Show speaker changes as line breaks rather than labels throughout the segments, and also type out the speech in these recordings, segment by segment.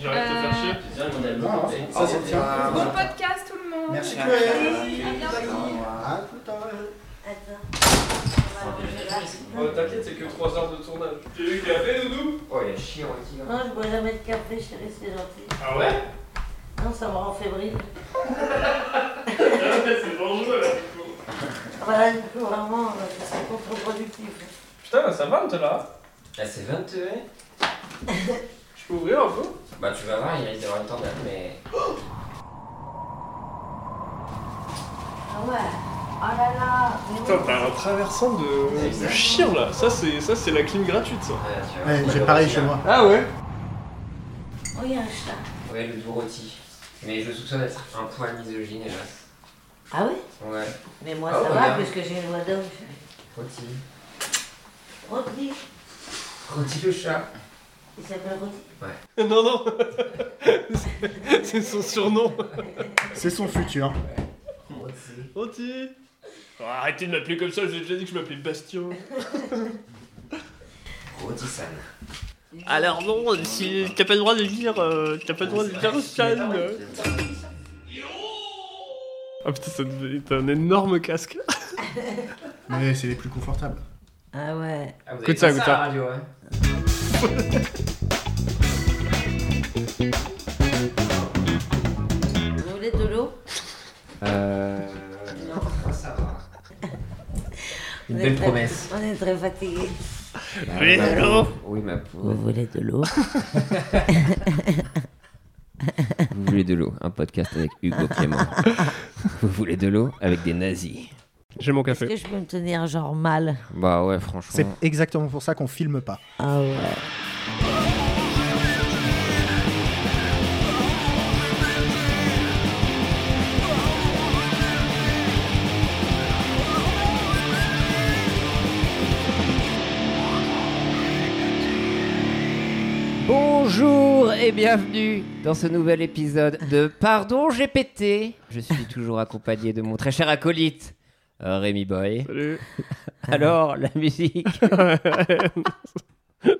J'arrête de te faire chier.
Non, ça c'est bien.
Bon podcast tout le monde.
Merci
Ah,
Chloé.
À bientôt.
À tout à l'heure.
Oh, T'inquiète, c'est que 3 heures de tournage. T'as eu le café, Doudou
Oh, il y a chiant ici. là.
Non, je bois jamais de café, chérie, c'est gentil.
Ah ouais
Non, ça me rend fébrile.
C'est dangereux là.
Voilà, du coup, vraiment, euh, c'est contre-productif.
Putain, ça va, t'es là
Ah, c'est 20 heures.
Je peux ouvrir un peu
Bah, tu vas voir, il risque d'avoir le temps d'aller, mais.
Ah ouais. Oh là là. mais oui.
Putain, t'as un traversant de, de chien là. Ça, c'est ça, c'est la clim gratuite, ça.
Ah, tu vois,
Ouais,
on
j'ai
va
pareil
le
chez moi.
Ah ouais
Oh, il y a un chat.
retirer. Ouais, le doux rôti. Mais je soupçonne d'être un poil misogyne, hélas.
Ah oui
Ouais,
Mais moi,
Ah
ça
ouais,
va,
hein.
puisque j'ai une voix d'homme. chérie.
rôti.
Rôti.
Rôti le chat.
Il s'appelle Rôti.
Non, non C'est son surnom.
C'est son futur.
Rôti.
Rôti Oh, Arrêtez de m'appeler comme ça, j'ai déjà dit que je m'appelais Bastien.
Rôti sale.
Alors non, si t'as pas le droit de dire, euh, t'as pas le droit de dire Stan. Ah putain, ça devait être un énorme casque.
Mais c'est les plus confortables.
Ah ouais.
Ah, vous avez
Écoute ça,
fait
écoute
à
ça.
la radio, hein.
Vous voulez de l'eau
Euh. Non, ça va. Une
On est
belle
très-
promesse. Euh,
On est très fatigués.
voulez de l'eau
Oui, ma pauvre.
voulez de l'eau
Vous voulez de l'eau Un podcast avec Hugo Clément. Vous voulez de l'eau Avec des nazis.
J'ai mon
Est-ce
café.
que je peux me tenir genre mal
Bah ouais,
C'est
franchement.
exactement pour ça qu'on filme pas.
Ah ouais.
Bonjour et bienvenue dans ce nouvel épisode de Pardon, j'ai pété. Je suis toujours accompagné de mon très cher acolyte, euh, Rémi Boy.
Salut.
Alors, la musique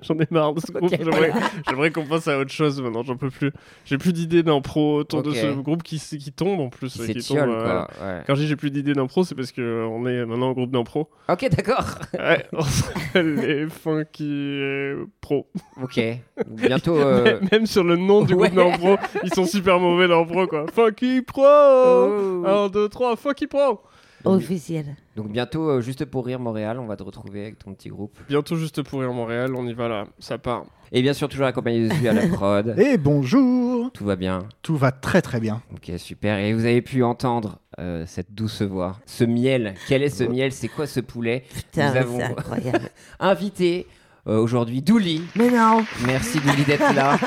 J'en ai marre de ce groupe. J'aimerais, j'aimerais qu'on passe à autre chose maintenant. J'en peux plus. J'ai plus d'idées d'impro autour de
Ok.
ce groupe qui, s- qui tombe en plus.
C'est
qui
tiole,
tombe, euh,
quoi. ouais.
Quand je dis j'ai plus d'idées d'impro, c'est parce qu'on est maintenant en groupe d'impro.
Ok, d'accord.
Ouais, on s'appelle les funky euh, pro.
Ok. Bientôt. euh,
Même sur le nom du groupe
Ouais.
d'impro, ils sont super mauvais d'impro quoi. Funky pro
oh.
1, 2, 3, funky pro
Officiel.
Donc bientôt, euh, juste pour rire Montréal, on va te retrouver avec ton petit groupe.
Bientôt juste pour rire Montréal, on y va là, ça part.
Et bien sûr, toujours accompagné de Zu à la prod.
Et bonjour
Tout va bien.
Tout va très très bien.
Ok, super. Et vous avez pu entendre euh, cette douce voix, ce miel. Quel est ce miel C'est quoi ce poulet
Putain,
Nous
mais
avons-
c'est incroyable.
Invité euh, aujourd'hui, Douli.
mais non.
Merci Douli d'être là.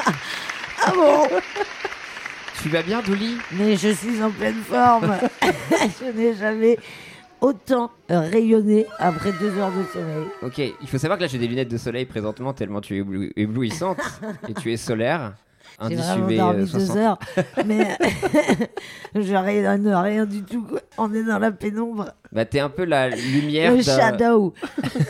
Ah bon
tu vas bien, Douli
Mais je suis en pleine forme. je n'ai jamais autant rayonné après deux heures de sommeil.
Ok, il faut savoir que là j'ai des lunettes de soleil présentement tellement tu es ébloui- éblouissante et tu es solaire.
J'ai
Indice
vraiment
UV
dormi
euh,
deux
60.
heures. Mais je rayonne rien du tout. quoi. On est dans la pénombre.
Bah t'es un peu la lumière,
Le
d'un-
shadow.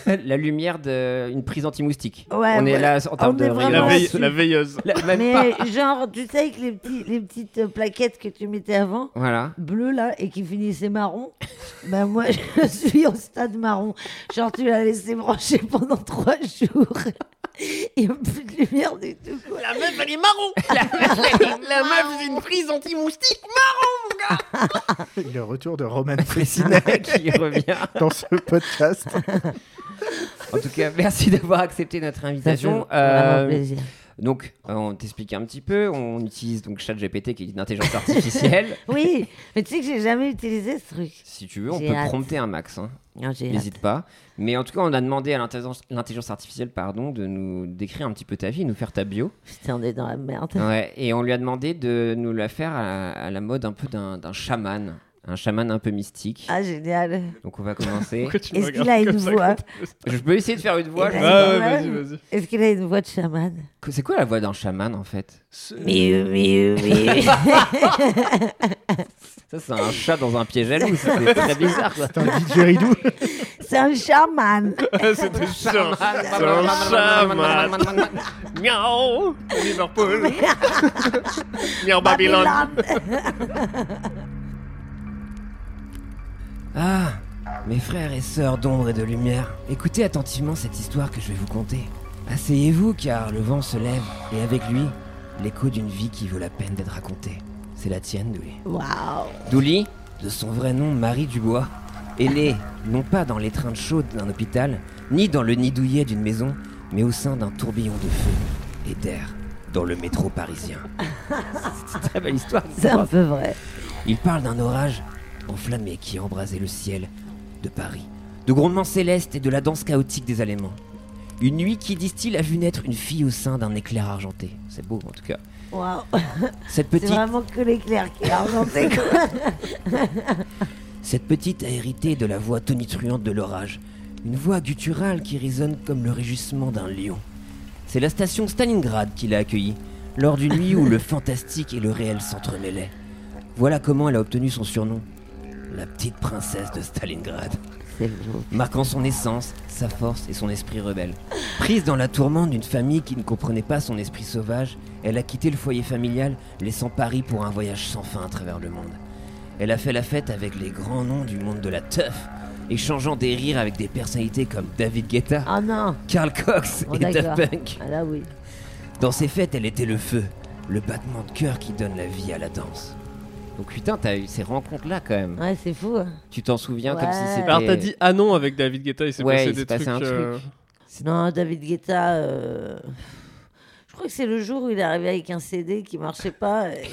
la lumière d'une prise anti-moustique.
Ouais,
on est
ouais.
là en termes de
est
rayons.
La,
Vraiment,
veille-
c'est-
la veilleuse.
La- même
Mais
pas.
genre, tu sais, avec les, petits, les petites euh, plaquettes que tu mettais avant,
Voilà.
bleues là, et qui finissaient marron, ben moi, je suis au stade marron. Genre, tu l'as laissé brancher pendant trois jours. Il n'y a plus de lumière du tout. quoi.
La meuf, elle est marron La meuf, c'est une prise anti-moustique
Le retour de Roman
Priscilla qui revient.
dans ce podcast.
En tout cas, merci d'avoir accepté notre
Ça fait
invitation.
vraiment
Euh,
plaisir.
donc, euh, on t'explique un petit peu. On utilise donc ChatGPT qui est une intelligence artificielle.
Oui, mais tu sais que j'ai jamais utilisé ce truc.
si tu veux, on
J'ai
peut
hâte.
prompter un max. hein.
Non, j'ai hâte.
N'hésite pas. Mais en tout cas, on a demandé à l'intelligence- l'intelligence artificielle pardon, de nous décrire un petit peu ta vie, nous faire ta bio.
Putain, on est dans la merde.
Ouais, et on lui a demandé de nous la faire à, à la mode un peu d'un d'un chaman. Un chaman un peu mystique.
Ah, génial.
Donc on va commencer.
Pourquoi tu me
Est-ce
regardes
qu'il a une
comme ça,
voix
Je peux essayer de faire une voix.
Eh
je-
ben,
Ah ouais,
Ouais.
vas-y, vas-y.
Est-ce qu'il a une voix de chaman
Que- C'est quoi la voix d'un chaman en fait
Miu, miu, miu.
Ça c'est un chat dans un pied jaloux, ça, c'est très bizarre quoi.
C'est un didgeridoo.
C'est un chaman.
Ah, C'était sûr. C'est un chaman. Miaou Liverpool Miaou Babylone
Ah, mes frères et sœurs d'ombre et de lumière, écoutez attentivement cette histoire que je vais vous conter. Asseyez-vous car le vent se lève et avec lui, l'écho d'une vie qui vaut la peine d'être racontée. C'est la tienne, Douli.
Waouh
Douli, de son vrai nom Marie Dubois, est née non pas dans les trains de chaude d'un hôpital, ni dans le nid douillet d'une maison, mais au sein d'un tourbillon de feu et d'air dans le métro parisien. C'est une très belle histoire. cette
C'est un
histoire.
peu vrai.
Il parle d'un orage enflammé qui embrasait le ciel de Paris, de grondements célestes et de la danse chaotique des Allemands. Une nuit qui, disent-ils, a vu naître une fille au sein d'un éclair argenté. C'est beau en tout cas.
Waouh
Cette
C'est
petite,
vraiment que l'éclair qui est argenté, quoi.
cette petite a hérité de la voix tonitruante de l'orage, une voix gutturale qui résonne comme le rugissement d'un lion. C'est la station Stalingrad qui l'a accueillie, lors d'une nuit où le fantastique et le réel s'entremêlaient. Voilà comment elle a obtenu son surnom, la petite princesse de Stalingrad.
C'est beau.
marquant son essence, sa force et son esprit rebelle. Prise dans la tourmente d'une famille qui ne comprenait pas son esprit sauvage, elle a quitté le foyer familial, laissant Paris pour un voyage sans fin à travers le monde. Elle a fait la fête avec les grands noms du monde de la teuf, échangeant des rires avec des personnalités comme David Guetta,
Ah non
Carl Cox
Bon,
et Daft
Oh, d'accord.
Punk.
Ah là, oui.
Dans ces fêtes, elle était le feu, le battement de cœur qui donne la vie à la danse. Donc putain, t'as eu ces rencontres-là quand même.
Ouais, c'est fou. hein.
Tu t'en souviens comme si
Ouais.
c'était...
Alors t'as dit ah non avec David Guetta, il s'est
Ouais,
passé
il
des
s'est passé
trucs.
un truc.
euh,
Non, David Guetta. euh, Je crois que c'est le jour où il est arrivé avec un CD qui marchait pas. et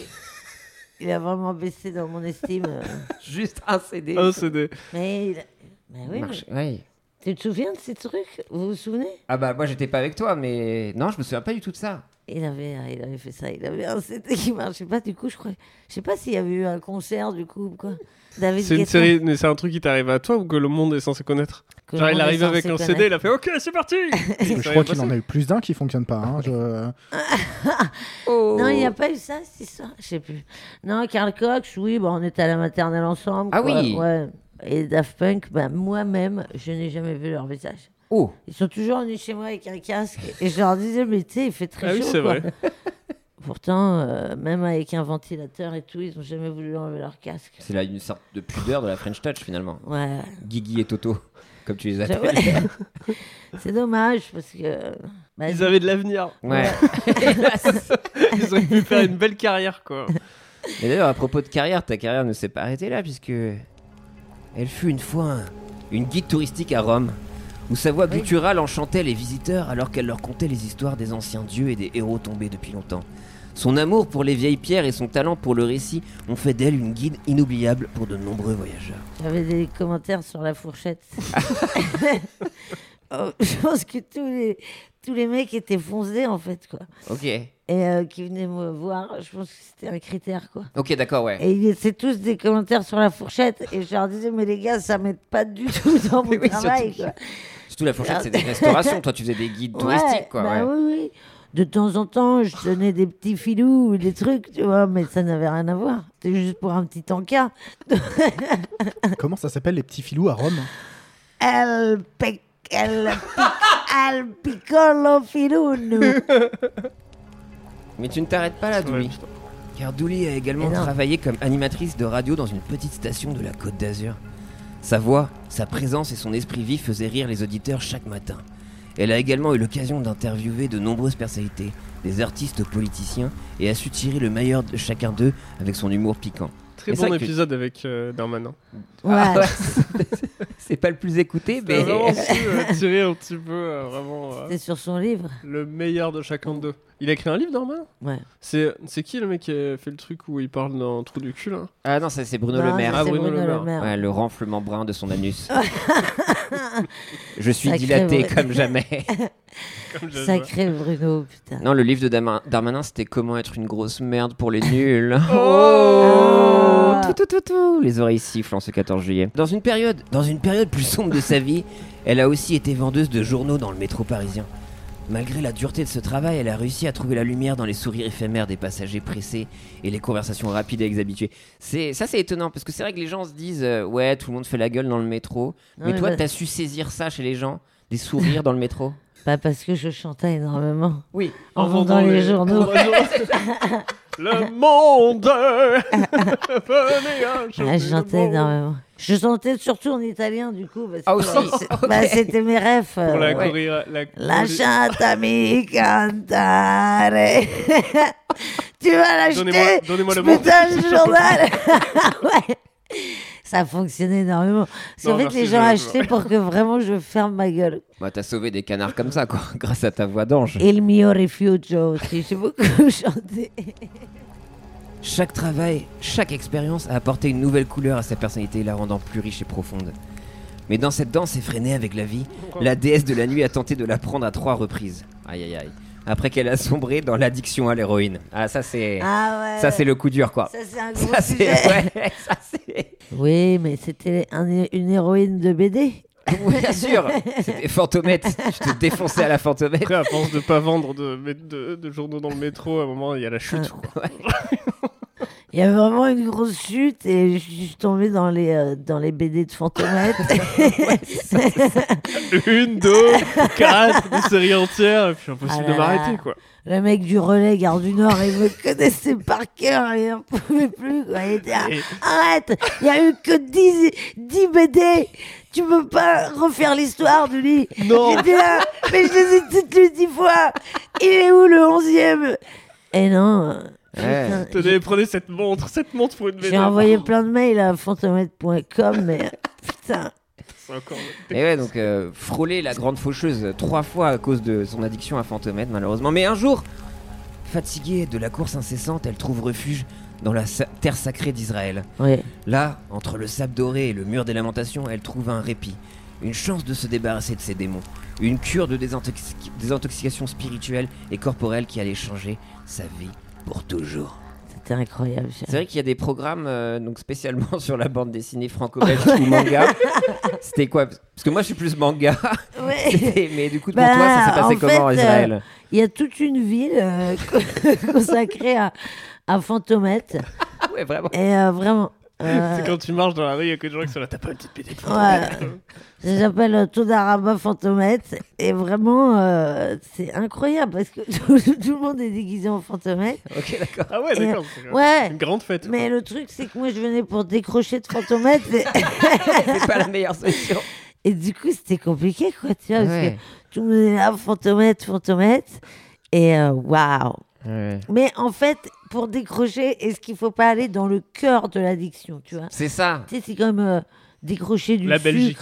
Il a vraiment baissé dans mon estime. euh.
Juste un CD.
un CD.
Mais, il a- mais oui,
Marche-
mais-
ouais.
tu te souviens de ces trucs Vous vous souvenez
Ah bah moi j'étais pas avec toi mais non je me souviens pas du tout de ça.
il avait, il avait fait ça. Il avait un CD qui marchait pas. Du coup, je crois. Je sais pas s'il y avait eu un concert du coup ou quoi. David
C'est une
Guetta,
série, mais c'est un truc qui t'arrive à toi ou que le monde est censé connaître
que
Genre
le
il
monde
arrive
est
avec
censé
un
connaître.
CD, il a fait ok c'est parti Et
Je
ça
crois
avait
qu'il en a eu plus d'un qui fonctionne pas. hein, je-
Non, il n'y a
Oh.
pas eu ça, c'est ça. Je sais plus. Non, Carl Cox, oui, bah, on était à la maternelle ensemble.
Ah
quoi,
oui.
ouais. Et Daft Punk, bah, moi-même, je n'ai jamais vu leur visage.
Oh
Ils sont toujours venus chez moi avec un casque. Et je leur disais, mais tu sais, il fait très
Ah oui,
chaud.
c'est
quoi.
vrai.
Pourtant, euh, même avec un ventilateur et tout, ils n'ont jamais voulu enlever leur casque.
c'est là une sorte de pudeur de la French Touch finalement.
Ouais.
Guigui et Toto comme tu les
Je-
appelles.
ouais. c'est dommage parce que. bah,
Ils avaient de l'avenir.
Ouais.
Ils auraient pu faire une belle carrière quoi.
Et d'ailleurs à propos de carrière ta carrière ne s'est pas arrêtée là puisque elle fut une fois un- une guide touristique à Rome où sa voix gutturale enchantait les visiteurs alors qu'elle leur contait les histoires des anciens dieux et des héros tombés depuis longtemps. Son amour pour les vieilles pierres et son talent pour le récit ont fait d'elle une guide inoubliable pour de nombreux voyageurs.
J'avais des commentaires sur la fourchette. Oh, Je pense que tous les, tous les mecs étaient foncés, en fait, quoi.
Ok.
Et euh, qui venaient me voir, je pense que c'était un critère, quoi.
Ok d'accord ouais.
Et ils étaient tous des commentaires sur la fourchette. Et je leur disais, mais les gars, ça m'aide pas du tout dans mon
Mais oui,
travail,
surtout.
quoi.
Surtout la fourchette, c'est des restaurations. Toi, tu faisais des guides touristiques,
Ouais,
quoi.
bah
ouais.
oui, oui. De temps en temps, je donnais des petits filous ou des trucs, tu vois, mais ça n'avait rien à voir. C'était juste pour un petit encas.
Comment ça s'appelle les petits filous à Rome
El, pe- el, pic- el piccolo filuno.
Mais tu ne t'arrêtes pas là, Douli. Car Douli a également
Énorme.
travaillé comme animatrice de radio dans une petite station de la Côte d'Azur. Sa voix, sa présence et son esprit vif faisaient rire les auditeurs chaque matin. Elle a également eu l'occasion d'interviewer de nombreuses personnalités, des artistes aux politiciens, et a su tirer le meilleur de chacun d'eux avec son humour piquant.
Très
Mais c'est
bon
vrai que-
épisode avec euh, Darmanin.
Ouais.
Ah ouais, c'est- c'est pas le plus écouté,
T'as
mais...
vraiment su euh, tirer un petit peu euh, vraiment euh,
C'était sur son livre.
le meilleur de chacun d'eux. Il a écrit un livre Darmanin
Ouais.
C'est c'est qui le mec qui a fait le truc où il parle d'un trou du cul là
Ah non, ça c'est Bruno
Non,
Le Maire.
c'est
Ah,
Bruno,
Bruno Le
Le Maire.
Ouais, le renflement brun de son anus. Je suis
Sacré
dilaté
vrai.
comme jamais.
Comme je-
Sacré Bruno, putain.
Non, le livre de Dama- Darmanin, c'était Comment être une grosse merde pour les nuls.
Oh
tout, tout, tout, tout. Les oreilles sifflent en ce 14 juillet. Dans une période, dans une période plus sombre de sa vie, elle a aussi été vendeuse de journaux dans le métro parisien. Malgré la dureté de ce travail, elle a réussi à trouver la lumière dans les sourires éphémères des passagers pressés et les conversations rapides avec les habitués. C'est ça, c'est étonnant parce que c'est vrai que les gens se disent euh, ouais, tout le monde fait la gueule dans le métro,
Non,
mais
mais
toi,
bah-
t'as su saisir ça chez les gens, des sourires dans le métro.
Pas bah, parce que je chantais énormément.
Oui.
En vendant les journaux.
Le monde Venez à
Ah, je
le
chantais
monde.
énormément. Je chantais surtout en italien, du coup. Parce que
Ah, aussi.
c'est- bah, c'était mes rêves.
Pour la
euh, ouais.
courir, la
Lasciatami cantare. tu vas l'acheter.
Donnez-moi- donnez-moi
ce
le mot.
Putain, de journal. ouais. Ça fonctionnait énormément. Parce qu'en
Non,
fait,
merci,
les gens
je-
achetaient pour que vraiment je ferme ma gueule.
Bah, t'as sauvé des canards comme ça, quoi, grâce à ta voix d'ange.
Et le mio refugio aussi. J'ai beaucoup chanté.
Chaque travail, chaque expérience a apporté une nouvelle couleur à sa personnalité, la rendant plus riche et profonde. Mais dans cette danse effrénée avec la vie, la déesse de la nuit a tenté de la prendre à trois reprises. Aïe aïe aïe. Après qu'elle a sombré dans l'addiction à l'héroïne. Ah ça c'est
Ah ouais.
ça c'est le coup dur quoi.
Ça, c'est un gros
Ça c'est
sujet.
ouais, ça c'est
Oui, mais c'était un- une héroïne de BD.
bien sûr. C'était fantomètre. Tu te défonçais à la fantomètre.
Après, à force de pas vendre de, de- de journaux dans le métro, à un moment, il y a la chute. quoi.
Il y avait vraiment une grosse chute et je suis tombée dans les, euh, dans les BD de Fantomette. Euh.
Une, deux, quatre, des séries entières, et puis impossible
Ah là
de m'arrêter,
là.
quoi.
Le mec du relais Gare du Nord, il me connaissait par cœur, il n'en pouvait plus. quoi. Il était là,
Et-
arrête, il n'y a eu que 10, 10 BD, tu peux pas refaire l'histoire du lit.
Non.
J'étais là, mais je les ai toutes lues 10 fois. Il est où le 11e Et non.
Ouais.
putain,
Eh. Tenez, prenez cette montre, cette montre pour une
J'ai
BD.
envoyé plein de mails à fantomette.com, mais putain.
C'est encore-
Et ouais, donc euh, frôler la grande faucheuse trois fois à cause de son addiction à Fantomètre, malheureusement. Mais un jour, fatiguée de la course incessante, elle trouve refuge dans la sa- terre sacrée d'Israël.
Oui.
Là, entre le sable doré et le mur des lamentations, elle trouve un répit, une chance de se débarrasser de ses démons, une cure de désintoxi- désintoxication spirituelle et corporelle qui allait changer sa vie pour toujours.
C'était incroyable. ça.
C'est vrai qu'il y a des programmes euh, donc spécialement sur la bande dessinée franco-belge ou manga. C'était quoi Parce que moi je suis plus manga.
Ouais.
Et- mais du coup, pour
Bah,
toi, ça s'est passé
en
comment en
fait, euh,
Israël
Il y a toute une ville euh, co- consacrée à, à Fantomette.
Ouais, vraiment.
Et euh, vraiment. euh,
C'est quand tu marches dans la rue, il y a que des gens qui sont là, t'as pas une petite BD pour toi
ouais. ça s'appelle euh, Todaraba Fantomette. Et vraiment, euh, c'est incroyable parce que tout, tout le monde est déguisé en Fantomette.
Ok, d'accord.
Ah ouais,
Et-
d'accord. c'est
ouais.
Une grande fête.
Mais le truc, c'est que moi, je venais pour décrocher de Fantomette. Et,
C'est pas la meilleure solution.
et du coup, c'était compliqué, quoi. Tu vois, parce
Ouais.
que tout le monde est là, Fantomette, Fantomette. Et euh, waouh! Mais en fait, pour décrocher, est-ce qu'il faut pas aller dans le cœur de l'addiction, tu vois
C'est ça.
Tu sais, c'est comme euh, décrocher du
La
sucre.
Belgique.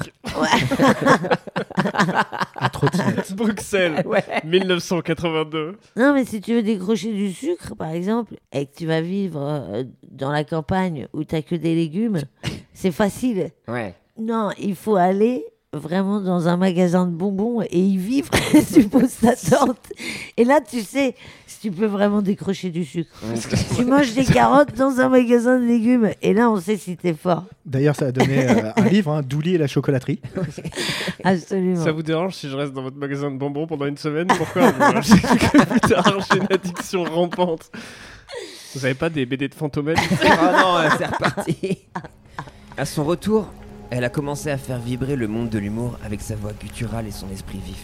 à trottinette.
Bruxelles,
Ouais.
1982.
Non, mais si tu veux décrocher du sucre, par exemple, et que tu vas vivre euh, dans la campagne où t'as que des légumes, c'est facile.
Ouais.
Non, il faut aller vraiment dans un magasin de bonbons et y vivre. tu poses ta tente. Et là, tu sais si tu peux vraiment décrocher du sucre. Tu manges des carottes dans un magasin de légumes. Et là, on sait si t'es fort.
D'ailleurs, ça a donné euh, un livre, hein, Douli et la chocolaterie.
Absolument.
Ça vous dérange si je reste dans votre magasin de bonbons pendant une semaine Pourquoi Parce que plus tard, j'ai une addiction rampante. Vous avez pas des BD de fantômes
oh non, euh, c'est reparti. À son retour, elle a commencé à faire vibrer le monde de l'humour avec sa voix gutturale et son esprit vif.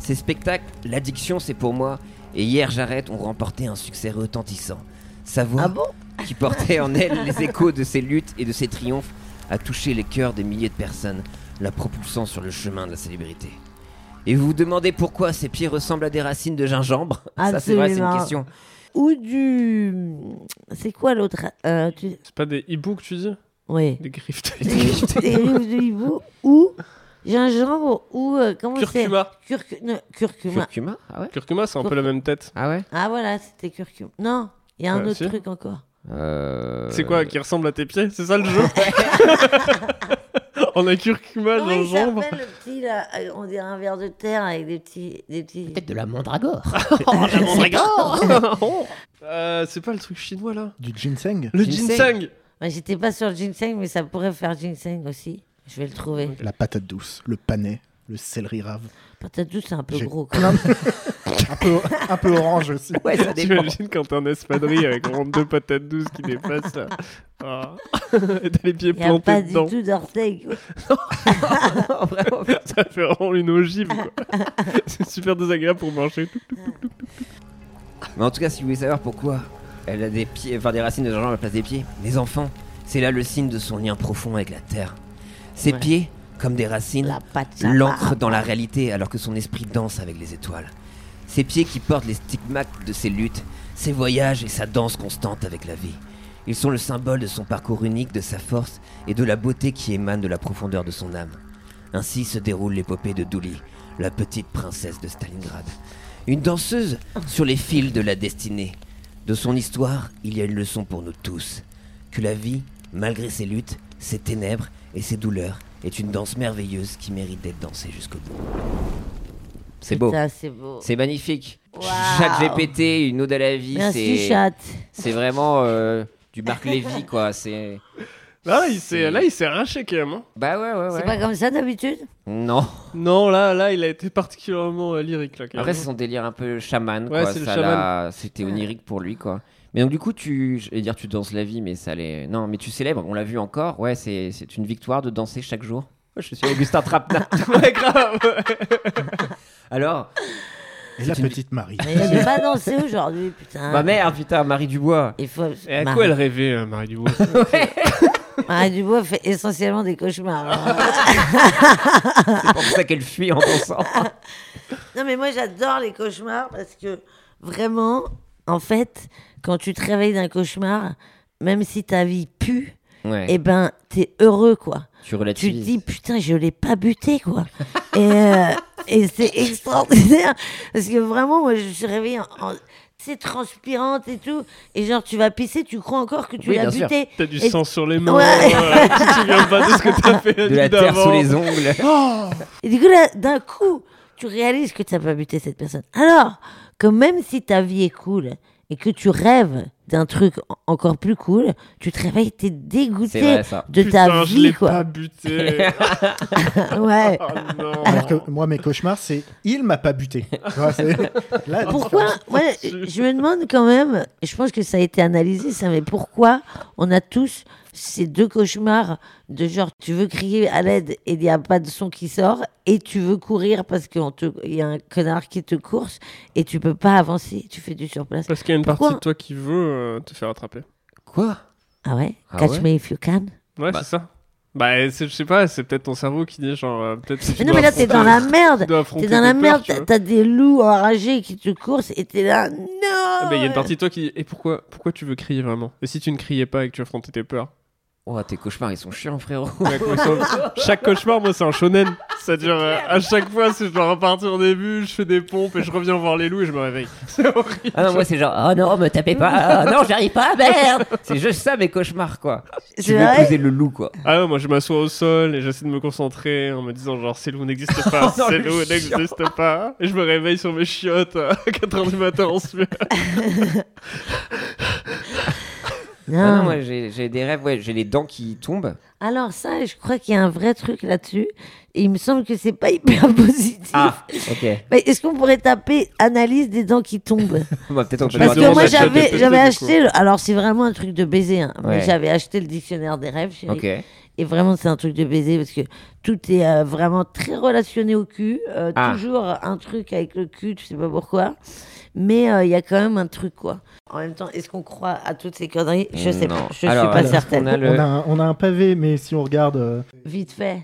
Ces spectacles, l'addiction, c'est pour moi, et hier j'arrête, ont remporté un succès retentissant. Sa voix,
Ah bon
qui portait en elle les échos de ses luttes et de ses triomphes, a touché les cœurs des milliers de personnes, la propulsant sur le chemin de la célébrité. Et vous vous demandez pourquoi ses pieds ressemblent à des racines de gingembre Ça, c'est vrai, c'est une
Absolument.
question.
Ou du. C'est quoi l'autre euh, tu-
C'est pas des hiboux que tu dis
Oui.
Des griffes
Des des rives de hibou ou gingembre ou. euh, comment c'est
Curcuma.
Curcu- non, Curcuma.
Curcuma Ah ouais
Curcuma, c'est un peu la même tête.
Ah ouais
Ah voilà, c'était curcuma. Non, il y a un
Euh,
autre
si.
truc encore.
Euh,
C'est quoi qui ressemble à tes pieds C'est ça le jeu On a curcuma,
Comment il
gingembre.
s'appelle le petit là euh, On dirait un verre de terre avec des petits. Des petits...
Peut-être de la mandragore.
Euh, c'est pas le truc chinois là
Du ginseng.
Le
Ginseng.
ginseng
Ouais, J'étais pas sur le ginseng, mais ça pourrait faire ginseng aussi. Je vais le trouver.
La patate douce, le panais, le céleri rave.
Peut-être tout, c'est un peu
J'ai-
gros quand même.
Un peu, un peu orange aussi.
Ouais, ça dépend.
T'imagines quand t'es en espadrille avec vraiment deux patates douces qui dépassent là. Oh Ah. Et t'as les pieds
Il n'y a pas
plantés
du
dedans.
tout d'orteil. quoi.
Non, vraiment.
Ça fait vraiment une ogive, quoi. C'est super désagréable pour marcher.
Mais en tout cas, si vous voulez savoir pourquoi elle a des pieds, enfin des racines de gingembre à la place des pieds, les enfants, c'est là le signe de son lien profond avec la terre. Ses
Ouais.
pieds, comme des racines,
La patte. ça
l'ancrent
va.
dans la réalité alors que son esprit danse avec les étoiles. Ses pieds qui portent les stigmates de ses luttes, ses voyages et sa danse constante avec la vie. Ils sont le symbole de son parcours unique, de sa force et de la beauté qui émane de la profondeur de son âme. Ainsi se déroule l'épopée de Douli, la petite princesse de Stalingrad. Une danseuse sur les fils de la destinée. De son histoire, il y a une leçon pour nous tous. Que la vie, malgré ses luttes, ses ténèbres et ses douleurs, est une danse merveilleuse qui mérite d'être dansée jusqu'au bout. C'est beau.
Putain, c'est beau.
C'est magnifique.
Waouh.
Chat GPT, une ode à la vie,
Merci,
c'est
chat.
c'est vraiment euh, du Marc Lévy quoi. C'est
Là, il s'est, là, il s'est arraché quand même. hein.
bah ouais ouais ouais.
C'est pas comme ça d'habitude
Non.
Non, là, là, il a été particulièrement euh, lyrique là. Quand
Après
même.
c'est son délire un peu chaman
Ouais,
quoi.
c'est le
Ça, là, C'était onirique pour lui quoi. Mais donc du coup tu, j'allais dire tu danses la vie mais ça l'est. Non mais tu célèbres. On l'a vu encore. Ouais c'est c'est une victoire de danser chaque jour. Ouais, Je suis Augustin Trapenard.
Ouais, grave.
Alors
Et la
C'est Bah, une-
petite Marie.
Mais j'ai pas dansé aujourd'hui, putain.
ma mère putain Marie Dubois.
Il faut...
Et à
Mar-
quoi elle rêvait, euh, Marie Dubois
Marie Dubois Ah, fait essentiellement des cauchemars. hein.
C'est pour ça qu'elle fuit en dansant.
non, mais moi, j'adore les cauchemars parce que vraiment, en fait, quand tu te réveilles d'un cauchemar, même si ta vie pue,
Ouais.
eh ben, t'es heureux, quoi.
tu
tu
relativises.
te dis putain je l'ai pas buté quoi et, euh, et c'est extraordinaire parce que vraiment moi je me suis réveillée en, en- tu sais, transpirante et tout et genre tu vas pisser tu crois encore que tu
Oui,
l'as
bien sûr.
buté
T'as du
Et-
sang sur les mains.
Ouais.
euh, tu te souviens pas de ce que t'as fait la
de
nuit
la terre
d'avant.
sous les ongles.
et du coup là d'un coup tu réalises que t'as pas buté cette personne alors que même si ta vie est cool et que tu rêves d'un truc en- encore plus cool tu te réveilles t'es
C'est
dégoûté
vrai ça.
de
Putain,
ta
je
vie
l'ai
quoi
pas buté.
ouais
Oh non.
Alors que moi, mes cauchemars, c'est il m'a pas buté. Tu vois, c'est- Là, la
Pourquoi ouais, Je me demande quand même, et je pense que ça a été analysé, ça, mais pourquoi on a tous ces deux cauchemars de genre tu veux crier à l'aide et il n'y a pas de son qui sort, et tu veux courir parce qu'il y a un connard qui te course et tu peux pas avancer, tu fais du surplace.
Parce qu'il y a une
Pourquoi
partie de toi qui veut euh, te faire attraper.
Quoi
Ah ouais
Ah
Catch
ouais
me if you can.
Ouais,
Bah.
c'est ça. Bah, c'est- je sais pas, c'est peut-être ton cerveau qui dit genre. euh, peut-être si tu
Mais non,
dois
mais là, t'es
affronter-
dans la merde
tu dois affronter
T'es dans
tes
la
peurs,
merde,
tu
t'as
vois.
t'as des loups enragés qui te coursent et t'es là, non
Ah, Mais il y a une partie de toi qui dit Et pourquoi, pourquoi tu veux crier vraiment Et si tu ne criais pas et que tu affrontais tes peurs
Oh, tes cauchemars, ils sont chiants, frérot.
Ouais, comme ça, Chaque cauchemar, moi, c'est un shonen. Ça dure euh, à chaque fois, c'est genre repartir au début, je fais des pompes et je reviens voir les loups et je me réveille. C'est horrible.
Ah non, moi, c'est genre, oh non, me tapez pas, oh non, j'arrive pas, merde. C'est juste ça, mes cauchemars, quoi. Tu
C'est
veux
vrai
épouser le loup, quoi.
Ah non, moi, je m'assois au sol et j'essaie de me concentrer en me disant genre ces loups n'existent pas,
Oh non,
ces
le
loups
chiant.
n'existent pas. Et je me réveille sur mes chiottes à 4h du matin en sueur.
Ah non,
Non.
moi, j'ai j'ai des rêves, ouais, j'ai les dents qui tombent.
Alors ça, je crois qu'il y a un vrai truc là-dessus. Et il me semble que c'est pas hyper positif.
Ah.
ok.
Mais est-ce qu'on pourrait taper analyse des dents qui tombent
Bah, peut-être on peut
Parce
Bah,
que
demande
demander
moi
à
à ChatGPT.
j'avais
ChatGPT,
j'avais
du coup.
acheté le- alors c'est vraiment un truc de baiser hein, mais
Ouais.
j'avais acheté le dictionnaire des rêves chérie.
Ok.
et vraiment c'est un truc de baiser parce que tout est euh, vraiment très relationné au cul euh,
Ah.
toujours un truc avec le cul tu sais pas pourquoi mais euh, il y a quand même un truc quoi en même temps est-ce qu'on croit à toutes ces conneries je sais
Non.
pas je
Alors,
suis pas
alors,
certaine
on a le-
On a, un, on a un pavé, mais si on regarde euh,
vite fait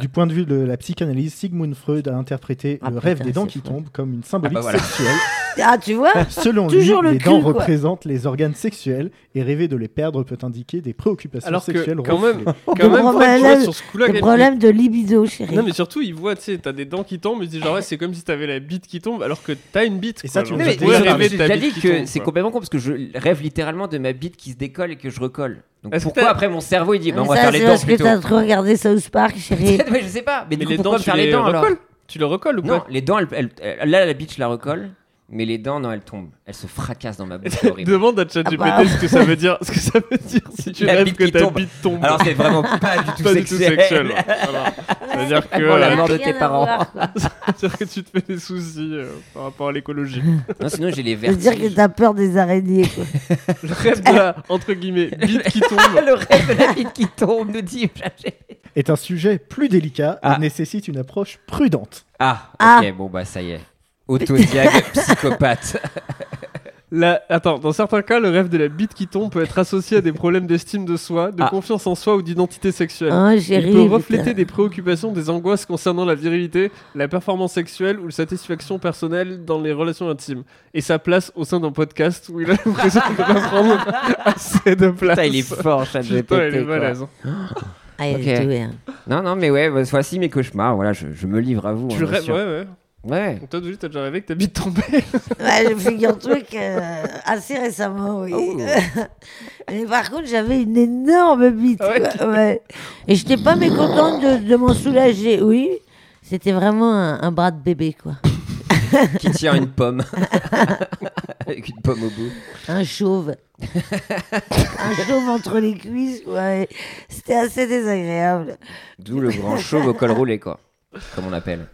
du point de vue de la psychanalyse, Sigmund Freud a interprété
Ah,
le rêve
putain,
des dents
c'est
qui
Freud.
tombent comme une symbolique
Ah bah voilà.
sexuelle.
ah tu vois
Selon
Toujours
lui,
le
les
cul,
dents
quoi.
représentent les organes sexuels et rêver de les perdre peut indiquer des préoccupations
Alors
sexuelles
que, quand même,
refoulées.
Le
quand même, faut
problème-
jouer sur ce coup-là.
le
Gabi.
problème de libido chérie
Non, mais surtout, il voit, tu sais, t'as des dents qui tombent, il se dit genre, ouais, c'est comme si t'avais la bite qui tombe, alors que t'as une bite.
Et
quoi,
ça, tu
genre,
nous
Non, mais
as
pourrais
déjà
rêver de
j'ai
ta
déjà
bite
dit
qui
que
tombe,
c'est
quoi.
complètement con parce que je rêve littéralement de ma bite qui se décolle et que je recolle. Donc
Est-ce
pourquoi
que t'as-
après mon cerveau il dit bah, on
Mais
va
ça,
faire les
c'est
dents
parce que
plutôt
t'as trop regardé South Park, chérie.
Peut-être, mais je sais pas.
Mais
Mais, du coup
les
pourquoi
dents, tu
me faire les
les
dents alors
recolles Tu le recolles ou
Non,
pas
les dents, elles- elles- elles- là la bite je la recolle Mais les dents, non, elles tombent. Elles se fracassent dans ma bouche. c'est horrible.
Demande à ChatGPT
Ah bah.
ce que ça veut dire. Ce que ça veut dire si tu
La
rêves
bite
que
qui
ta
tombe.
bite tombe.
Alors c'est vraiment pas du tout
pas du tout
sexuel.
sexuel. Voilà. C'est-à-dire que,
Vraiment Oh, la
euh,
mort de
Rien
tes
à
parents.
voir, quoi.
c'est-à-dire que tu te fais des soucis euh, par rapport à l'écologie.
Non, sinon j'ai les vertiges.
C'est-à-dire que t'as peur des araignées, quoi.
Le rêve de la, entre guillemets, bite qui tombe.
le rêve de la bite qui tombe, nous dit.
Est un sujet plus délicat
Ah.
et nécessite une approche prudente.
Ah,
Ah.
ok, bon bah ça y est. Autodiag psychopathe.
La- Attends, dans certains cas, le rêve de la bite qui tombe peut être associé à des problèmes d'estime de soi, de
Ah.
confiance en soi ou d'identité sexuelle.
Hein,
Il
chérie.
peut
putain.
refléter des préoccupations, des angoisses concernant la virilité, la performance sexuelle ou la satisfaction personnelle dans les relations intimes. Et sa place au sein d'un podcast où il a l'impression de pas prendre assez de place.
Putain, il est fort, ChatGPT.
Putain, il est
quoi.
balèze, hein.
Ah, elle
Ok.
est douée, hein.
Non, non, mais ouais, bah, voici mes cauchemars. Voilà, je, je me livre à vous.
Tu
hein, bien
rêves,
sûr.
ouais, ouais.
Ouais.
Donc, toi, Doudou, t'as déjà rêvé que ta bite tombait.
Ouais, je figure-toi que euh, assez récemment, oui.
Oh.
Mais par contre, j'avais une énorme bite.
Ah ouais
quoi, ouais. Et je n'étais pas mécontente de, de m'en soulager, oui. C'était vraiment un, un bras de bébé, quoi.
Qui tient une pomme. Avec une pomme au bout.
Un chauve. un chauve entre les cuisses, quoi. Et C'était assez désagréable.
D'où le grand chauve au col roulé, quoi. Comme on l'appelle.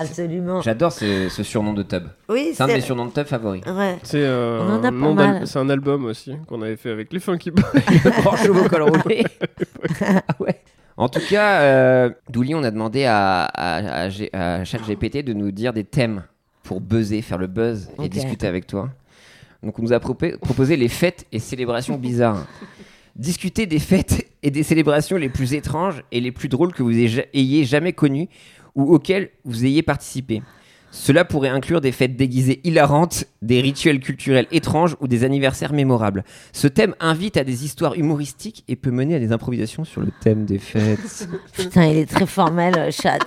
Absolument.
J'adore ce, ce surnom de tub. Ah.
Oui,
C'est un de mes
c'est...
surnoms de tub favoris.
Ouais.
C'est euh,
On en a
un
pas
nom d'al-
mal.
c'est un album aussi qu'on avait fait avec les Funky Boys.
Le grand chauve au col roulé. Ah ouais. En tout cas, euh, Douli, on a demandé à, à, à G- à ChatGPT de nous dire des thèmes pour buzzer, faire le buzz et
Ok.
discuter avec toi. Donc, on nous a propé- proposé les fêtes et célébrations bizarres. Discuter des fêtes et des célébrations les plus étranges et les plus drôles que vous ayez ja- ayez jamais connues ou auxquelles vous ayez participé. Cela pourrait inclure des fêtes déguisées hilarantes, des rituels culturels étranges ou des anniversaires mémorables. Ce thème invite à des histoires humoristiques et peut mener à des improvisations sur le thème des fêtes.
Putain, il est très formel, euh, chat.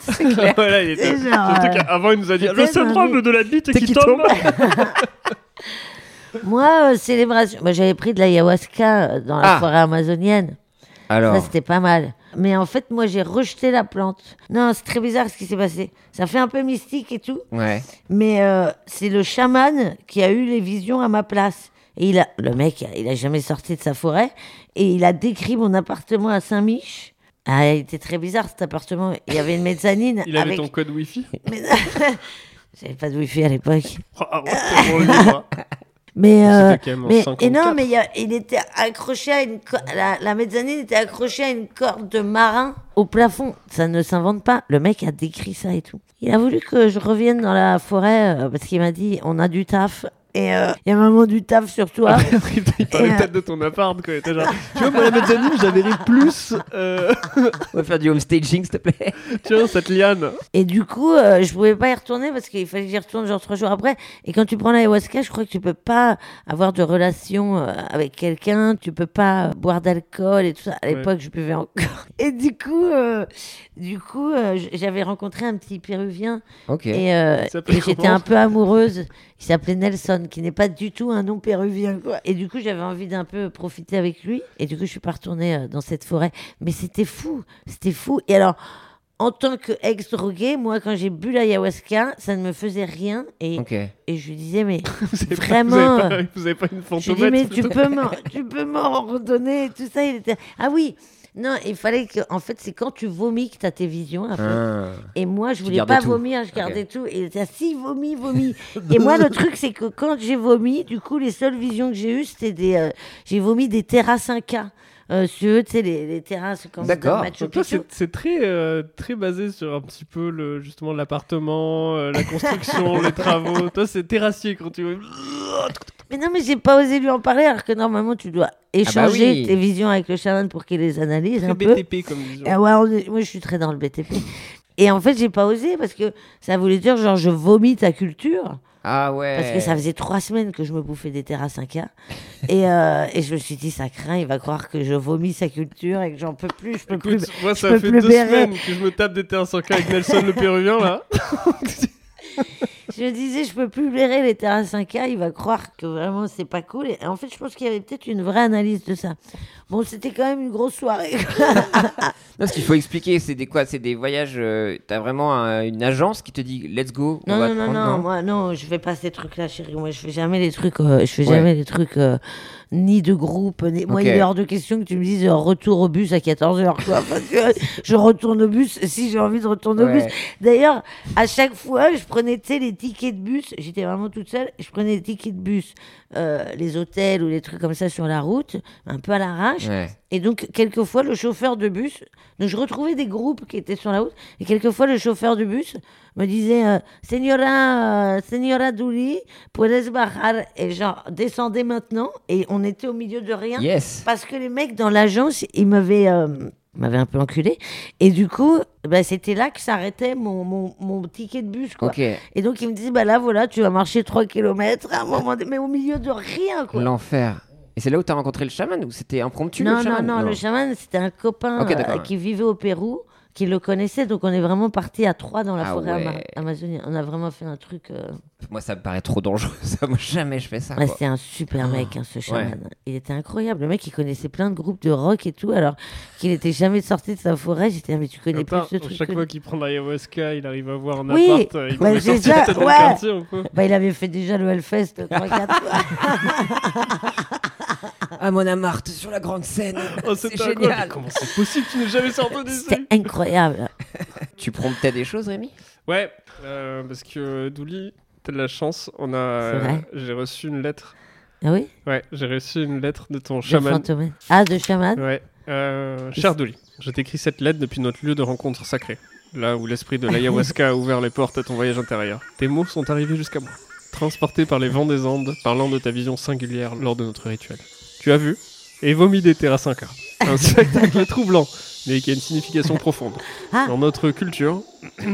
voilà, il était...
C'est genre,
Surtout
euh,
qu'avant, il nous a dit
c'est
le
tellement
syndrome
vrai.
de la bite
T'es
qui
qui
tombe.
Moi, euh, célébration. Moi, j'avais pris de l'ayahuasca euh, dans la
Ah.
forêt amazonienne. Ça,
Alors,
c'était pas mal. Mais en fait, moi, j'ai rejeté la plante. Non, c'est très bizarre ce qui s'est passé. Ça fait un peu mystique et tout.
ouais.
Mais euh, c'est le chaman qui a eu les visions à ma place. Et il a, le mec, il a jamais sorti de sa forêt. Et il a décrit mon appartement à Saint-Mich. Ah, il était très bizarre cet appartement. Il y avait une mezzanine.
Il avait
avec...
ton code Wi-Fi.
Mais- J'avais pas de wifi à l'époque.
Ah ouais, c'est bon, le livre.
Mais, euh,
C'était quand même en
mais et
54.
non, mais il, y a- il était accroché à une co- la, la mezzanine était accrochée à une corde de marin au plafond. Ça ne s'invente pas. Le mec a décrit ça et tout. Il a voulu que je revienne dans la forêt euh, parce qu'il m'a dit on a du taf et euh, il y a maman du taf sur toi.
il
Et,
parlait
euh,
peut-être de ton appart, quoi. Il était genre, tu vois, moi, la mezzanine, j'avais ri plus. euh,
On va faire du home staging, s'il te plaît.
Tiens, cette liane.
et du coup, euh, je pouvais pas y retourner parce qu'il fallait que j'y retourne genre trois jours après. Et quand tu prends l'ayahuasca, je crois que tu peux pas avoir de relation euh, avec quelqu'un, tu peux pas euh, boire d'alcool et tout ça. À
Ouais.
l'époque, je buvais encore. Et du coup, euh, du coup, euh, j- j'avais rencontré un petit péruvien
Ok.
et, euh,
Il s'appelait
et j'étais
comment
un peu amoureuse. Il s'appelait Nelson, qui n'est pas du tout un nom péruvien. quoi. Et du coup, j'avais envie d'un peu profiter avec lui. Et du coup, je suis pas retournée euh, dans cette forêt. Mais c'était fou, c'était fou. Et alors, en tant que ex-droguée, moi, quand j'ai bu l'ayahuasca, ça ne me faisait rien. Et,
Ok.
et je lui disais, mais
Vous avez pas-
Vraiment.
vous avez pas, vous avez pas une
je lui dis, mais
fantomette.
tu peux m'en, tu peux m'en redonner et tout ça. Il était, ah oui. Non, il fallait que, en fait, c'est quand tu vomis que t'as tes visions. après.
Ah.
Et moi, je voulais
gardais
pas
tout.
vomir, je gardais tout. Et il était, ah, si, vomi, vomi. et moi, le truc, c'est que quand j'ai vomi, du coup, les seules visions que j'ai eues, c'était des, euh, j'ai vomi des terrasses incas. Euh, si eux, tu sais, les, les terrasses quand c'est
D'accord.
dans Machu
Donc toi,
Picchu.
c'est c'est très, euh, très basé sur un petit peu le, justement l'appartement, euh, la construction, les travaux. Toi, c'est terrassier quand tu veux.
Mais non, mais j'ai pas osé lui en parler, alors que normalement, tu dois échanger
Ah bah oui.
tes visions avec le chaman pour qu'il les analyse
Très
un peu.
BTP comme vision.
Ah ouais, on est- moi je suis très dans le BTP. Et en fait, j'ai pas osé parce que ça voulait dire genre je vomis ta culture
Ah ouais.
parce que ça faisait trois semaines que je me bouffais des terrasses 5K et, euh, et je me suis dit ça craint, il va croire que je vomis sa culture et que j'en peux plus, je peux plus.
Écoute, moi,
je
ça
peux
fait
plus
deux
bérer.
semaines que je me tape des terres 5 avec Nelson le Péruvien, là.
Je me disais, je peux plus blairer les terrasses 5K, il va croire que vraiment c'est pas cool. Et en fait, je pense qu'il y avait peut-être une vraie analyse de ça. Bon, c'était quand même une grosse soirée. quoi.
Non, ce qu'il faut expliquer, c'est des quoi C'est des voyages. euh, T'as vraiment un- une agence qui te dit let's go. on
non,
va
non,
te
non,
prendre,
non, moi, non, je fais pas ces trucs-là, chérie. Moi, je fais jamais les trucs, euh, je fais jamais les trucs euh, ni de groupe. Ni... Moi,
Ok.
il est hors de question que tu me dises euh, retour au bus à 14h, quoi. Parce que je retourne au bus si j'ai envie de retourner au bus.
Ouais.
D'ailleurs, à chaque fois, je prenais tu sais, les tickets de bus. J'étais vraiment toute seule. Je prenais les tickets de bus, euh, les hôtels ou les trucs comme ça sur la route, un peu à l'arrache.
Ouais.
Et donc, quelquefois, le chauffeur de bus. Donc, je retrouvais des groupes qui étaient sur la route. Et quelquefois, le chauffeur de bus me disait euh, Señora, euh, señora Douli, puedes bajar Et genre, descendez maintenant. Et on était au milieu de rien.
Yes.
Parce que les mecs dans l'agence, ils m'avaient euh, m'avaient un peu enculé. Et du coup, bah, c'était là que s'arrêtait mon, mon, mon ticket de bus. Quoi.
Ok.
Et donc, ils me disaient, bah là, voilà, tu vas marcher 3 km à un moment, donné, mais au milieu de rien. Quoi.
L'enfer. Et c'est là où t'as rencontré le chaman ou c'était impromptu
non,
le
non,
chaman
non, le chaman, c'était un copain
Ok, d'accord.
euh, qui vivait au Pérou, qui le connaissait. Donc, on est vraiment parti à trois dans la
Ah
forêt ama-
ouais.
amazonienne. On a vraiment fait un truc. euh,
Moi, ça me paraît trop dangereux. Ça, moi, jamais je fais
Ah,
ça.
Ouais,
quoi.
c'était un super mec, hein, ce chaman. Il était incroyable. Le mec, il connaissait plein de groupes de rock et tout, alors qu'il n'était jamais sorti de sa forêt. J'étais, ah, mais tu connais plus
Part,
ce truc.
chaque
que-
fois qu'il prend l'ayahuasca, il arrive à voir un
Oui,
appart. euh, Il
bah,
peut
c'est
sortir
ça,
peut-être dans le
ouais.
quartier ou quoi.
Bah, il avait fait déjà le Hellfest 3-4 fois.
Ah, mon amarte sur la grande scène.
Oh,
c'est
c'est incroyable.
génial.
Comment c'est possible Tu n'es jamais sorti d'ici
C'était incroyable.
Tu promptais des choses, Rémi
Ouais, euh, parce que euh, Douli, t'as de la chance. On a.
C'est vrai.
j'ai reçu une lettre.
Ah oui
Ouais, j'ai reçu une lettre de ton
De
chaman.
fantôme. Ah, de chaman
Ouais. Euh, cher Douli, je t'écris cette lettre depuis notre lieu de rencontre sacré, là où l'esprit de l'ayahuasca a ouvert les portes à ton voyage intérieur. Tes mots sont arrivés jusqu'à moi, transportés par les vents des Andes, parlant de ta vision singulière lors de notre rituel. Tu as vu et vomi des terrasses incas. Un spectacle troublant, mais qui a une signification profonde.
Ah.
Dans notre culture,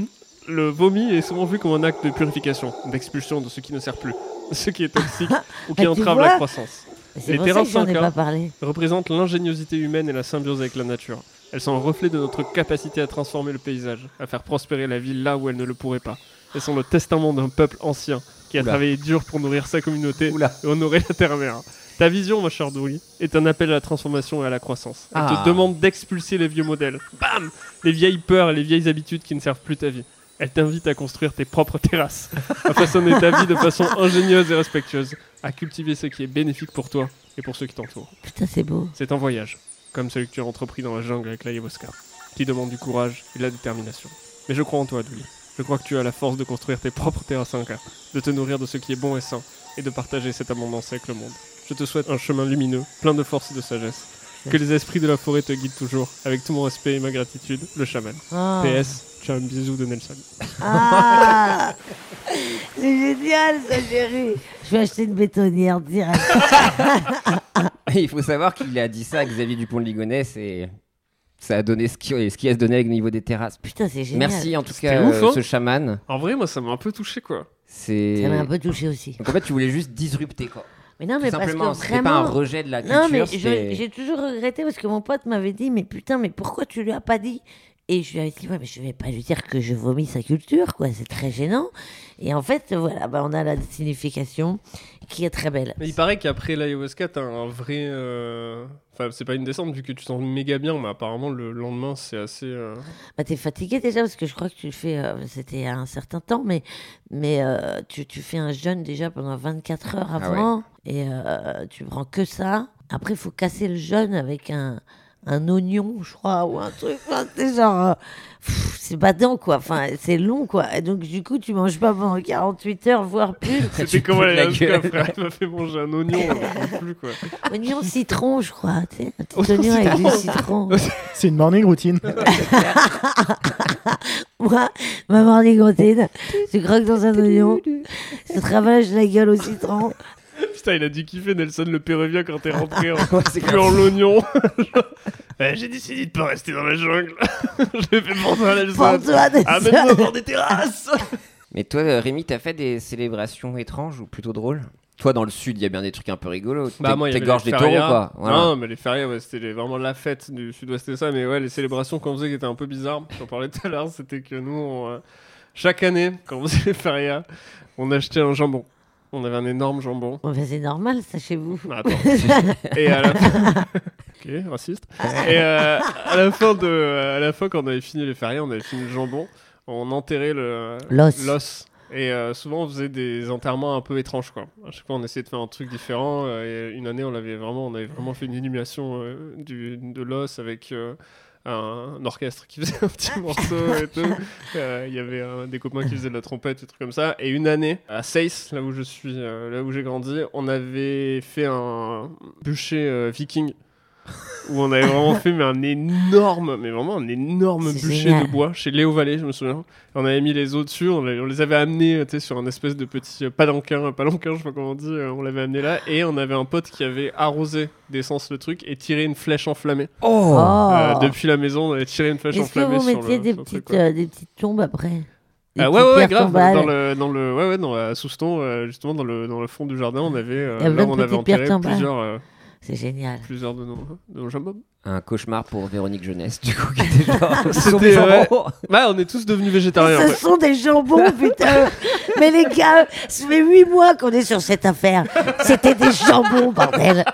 le vomi est souvent vu comme un acte de purification, d'expulsion de ce qui ne sert plus, ce qui est toxique ou qui
Bah, tu
entrave
vois.
la croissance
C'est
Les
pour ça que j'en ai
terrasses
pas parlé.
représente l'ingéniosité humaine et la symbiose avec la nature. Elles sont un reflet de notre capacité à transformer le paysage, à faire prospérer la ville là où elle ne le pourrait pas. Elles sont le testament d'un peuple ancien qui a
Oula.
travaillé dur pour nourrir sa communauté
Oula.
et honorer la terre-mère. Ta vision, ma chère Douli, est un appel à la transformation et à la croissance. Elle
Ah.
te demande d'expulser les vieux modèles. Bam Les vieilles peurs et les vieilles habitudes qui ne servent plus ta vie. Elle t'invite à construire tes propres terrasses, à façonner ta vie de façon ingénieuse et respectueuse, à cultiver ce qui est bénéfique pour toi et pour ceux qui t'entourent.
Putain, c'est beau.
C'est un voyage, comme celui que tu as entrepris dans la jungle avec l'ayahuasca, qui demande du courage et de la détermination. Mais je crois en toi, Douli. Je crois que tu as la force de construire tes propres terrasses Inca, de te nourrir de ce qui est bon et sain, et de partager cette abondance avec le monde. Je te souhaite un chemin lumineux, plein de force et de sagesse. Que les esprits de la forêt te guident toujours, avec tout mon respect et ma gratitude, le chaman.
Ah.
PS, tu as un bisou de Nelson.
Ah C'est génial, ça, chérie. Je vais acheter une bétonnière direct.
Il faut savoir qu'il a dit ça à Xavier Dupont de Ligonnès et ça a donné ce qui, ce qui a se donné avec le niveau des terrasses.
Putain, c'est génial.
Merci en tout
C'était
cas,
ouf,
euh,
hein
ce chaman.
En vrai, moi, ça m'a un peu touché, quoi.
C'est.
Ça m'a un peu touché aussi.
Donc en fait, tu voulais juste disrupter quoi.
Mais non,
Tout
mais parce que
simplement,
vraiment...
c'était pas un rejet de la culture.
Non, mais je-
c'était-
j'ai toujours regretté parce que mon pote m'avait dit Mais putain, mais pourquoi tu lui as pas dit Et je lui avais dit Ouais, mais je vais pas lui dire que je vomis sa culture, quoi, c'est très gênant. Et en fait, voilà, bah, on a la signification qui est très belle.
Mais il paraît qu'après l'ayahuasca, t'as un vrai. euh, Enfin, c'est pas une descente vu que tu sens méga bien, mais apparemment le lendemain, c'est assez. euh,
Bah, t'es fatigué déjà parce que je crois que tu le fais, euh, c'était à un certain temps, mais, mais euh, tu, tu fais un jeûne déjà pendant 24
Ah
heures
ouais.
avant et euh, tu prends que ça. Après, il faut casser le jeûne avec un, un oignon, je crois, ou un truc. Enfin, c'est genre. euh, pff, c'est badant, quoi. Enfin, c'est long, quoi. Et donc, du coup, tu manges pas pendant 48 heures, voire plus.
C'était comment
pètes la
l'ayahuasca,
gueule.
frère Il m'a fait manger un oignon, j'en peux plus quoi.
Oignon citron, je crois. tu sais, un petit
Oignon
oignon avec du
citron.
citron.
C'est une morning routine.
Moi, ma morning routine, je croque dans un oignon, je travaille la gueule au citron.
Putain, il a dû kiffer Nelson le Péruvien quand t'es rentré en
Ouais, c'est
puant
grave.
l'oignon. Eh, J'ai décidé de pas rester dans la jungle. Je l'ai fait pour toi, Nelson.
Prends-toi des
Amène-moi voir des terrasses.
Mais toi, euh, Rémi, t'as fait des célébrations étranges ou plutôt drôles Toi, dans le sud, il y a bien des trucs un peu rigolos. T'es-
Bah, il y avait
T'égorges
les
des taureaux
férias.
quoi. Voilà.
Non, mais les férias, ouais, c'était les- vraiment la fête du sud-ouest et ça. Mais ouais, les célébrations qu'on faisait qui étaient un peu bizarres. J'en parlais tout à l'heure, c'était que nous, on, euh, Chaque année, quand on faisait les férias, on achetait un jambon. On avait un énorme jambon.
Bon, ben, c'est normal, ça, chez vous.
Ah, attends. Et à la fin... Ok, raciste. Et euh, à, la fin de, à la fin, quand on avait fini les férias, on avait fini le jambon, on enterrait le...
L'os.
Et euh, souvent, on faisait des enterrements un peu étranges, quoi. À chaque fois, on essayait de faire un truc différent. euh, et une année, on avait vraiment, on avait vraiment fait une inhumation euh, du, de l'os avec... euh, un, un orchestre qui faisait un petit morceau et tout. Euh, Il y avait euh, des copains qui faisaient de la trompette et trucs comme ça. Et une année, à Seis, là où je suis, euh, là où j'ai grandi, on avait fait un bûcher euh, viking. où on avait vraiment fait mais un énorme, mais vraiment un énorme
C'est
bûcher
génial.
de bois chez Léo Vallée, je me souviens. On avait mis les os dessus, on, les- on les avait amenés euh, tu sais, sur un espèce de petit euh, palanquin, euh, palanquin, je sais pas comment on dit, euh, on l'avait amené là. Et on avait un pote qui avait arrosé d'essence le truc et tiré une flèche enflammée.
Oh
Euh,
Oh.
depuis la maison, on avait tiré une flèche
Est-ce que
enflammée
vous
sur le.
mettiez des,
sur le truc,
petites,
quoi.
euh, des petites tombes après Des
Ah ouais, ouais,
petites
ouais, grave.
pierres tombales.
Dans le, dans le, ouais, ouais, dans, à Souston, euh, justement, dans le, dans le fond du jardin, on avait, euh,
Il y a
là,
plein de
on avait
petites pierres
enterré
tombales.
plusieurs, euh,
C'est génial.
plusieurs de nos, de nos jambons.
Un cauchemar pour Véronique Jeunesse, du coup, qui était genre. ils sont
C'était,
des
ouais.
jambons.
Bah, on est tous devenus végétariens.
Ce
ouais.
sont des jambons, putain Mais les gars, ça fait huit mois qu'on est sur cette affaire. C'était des jambons, bordel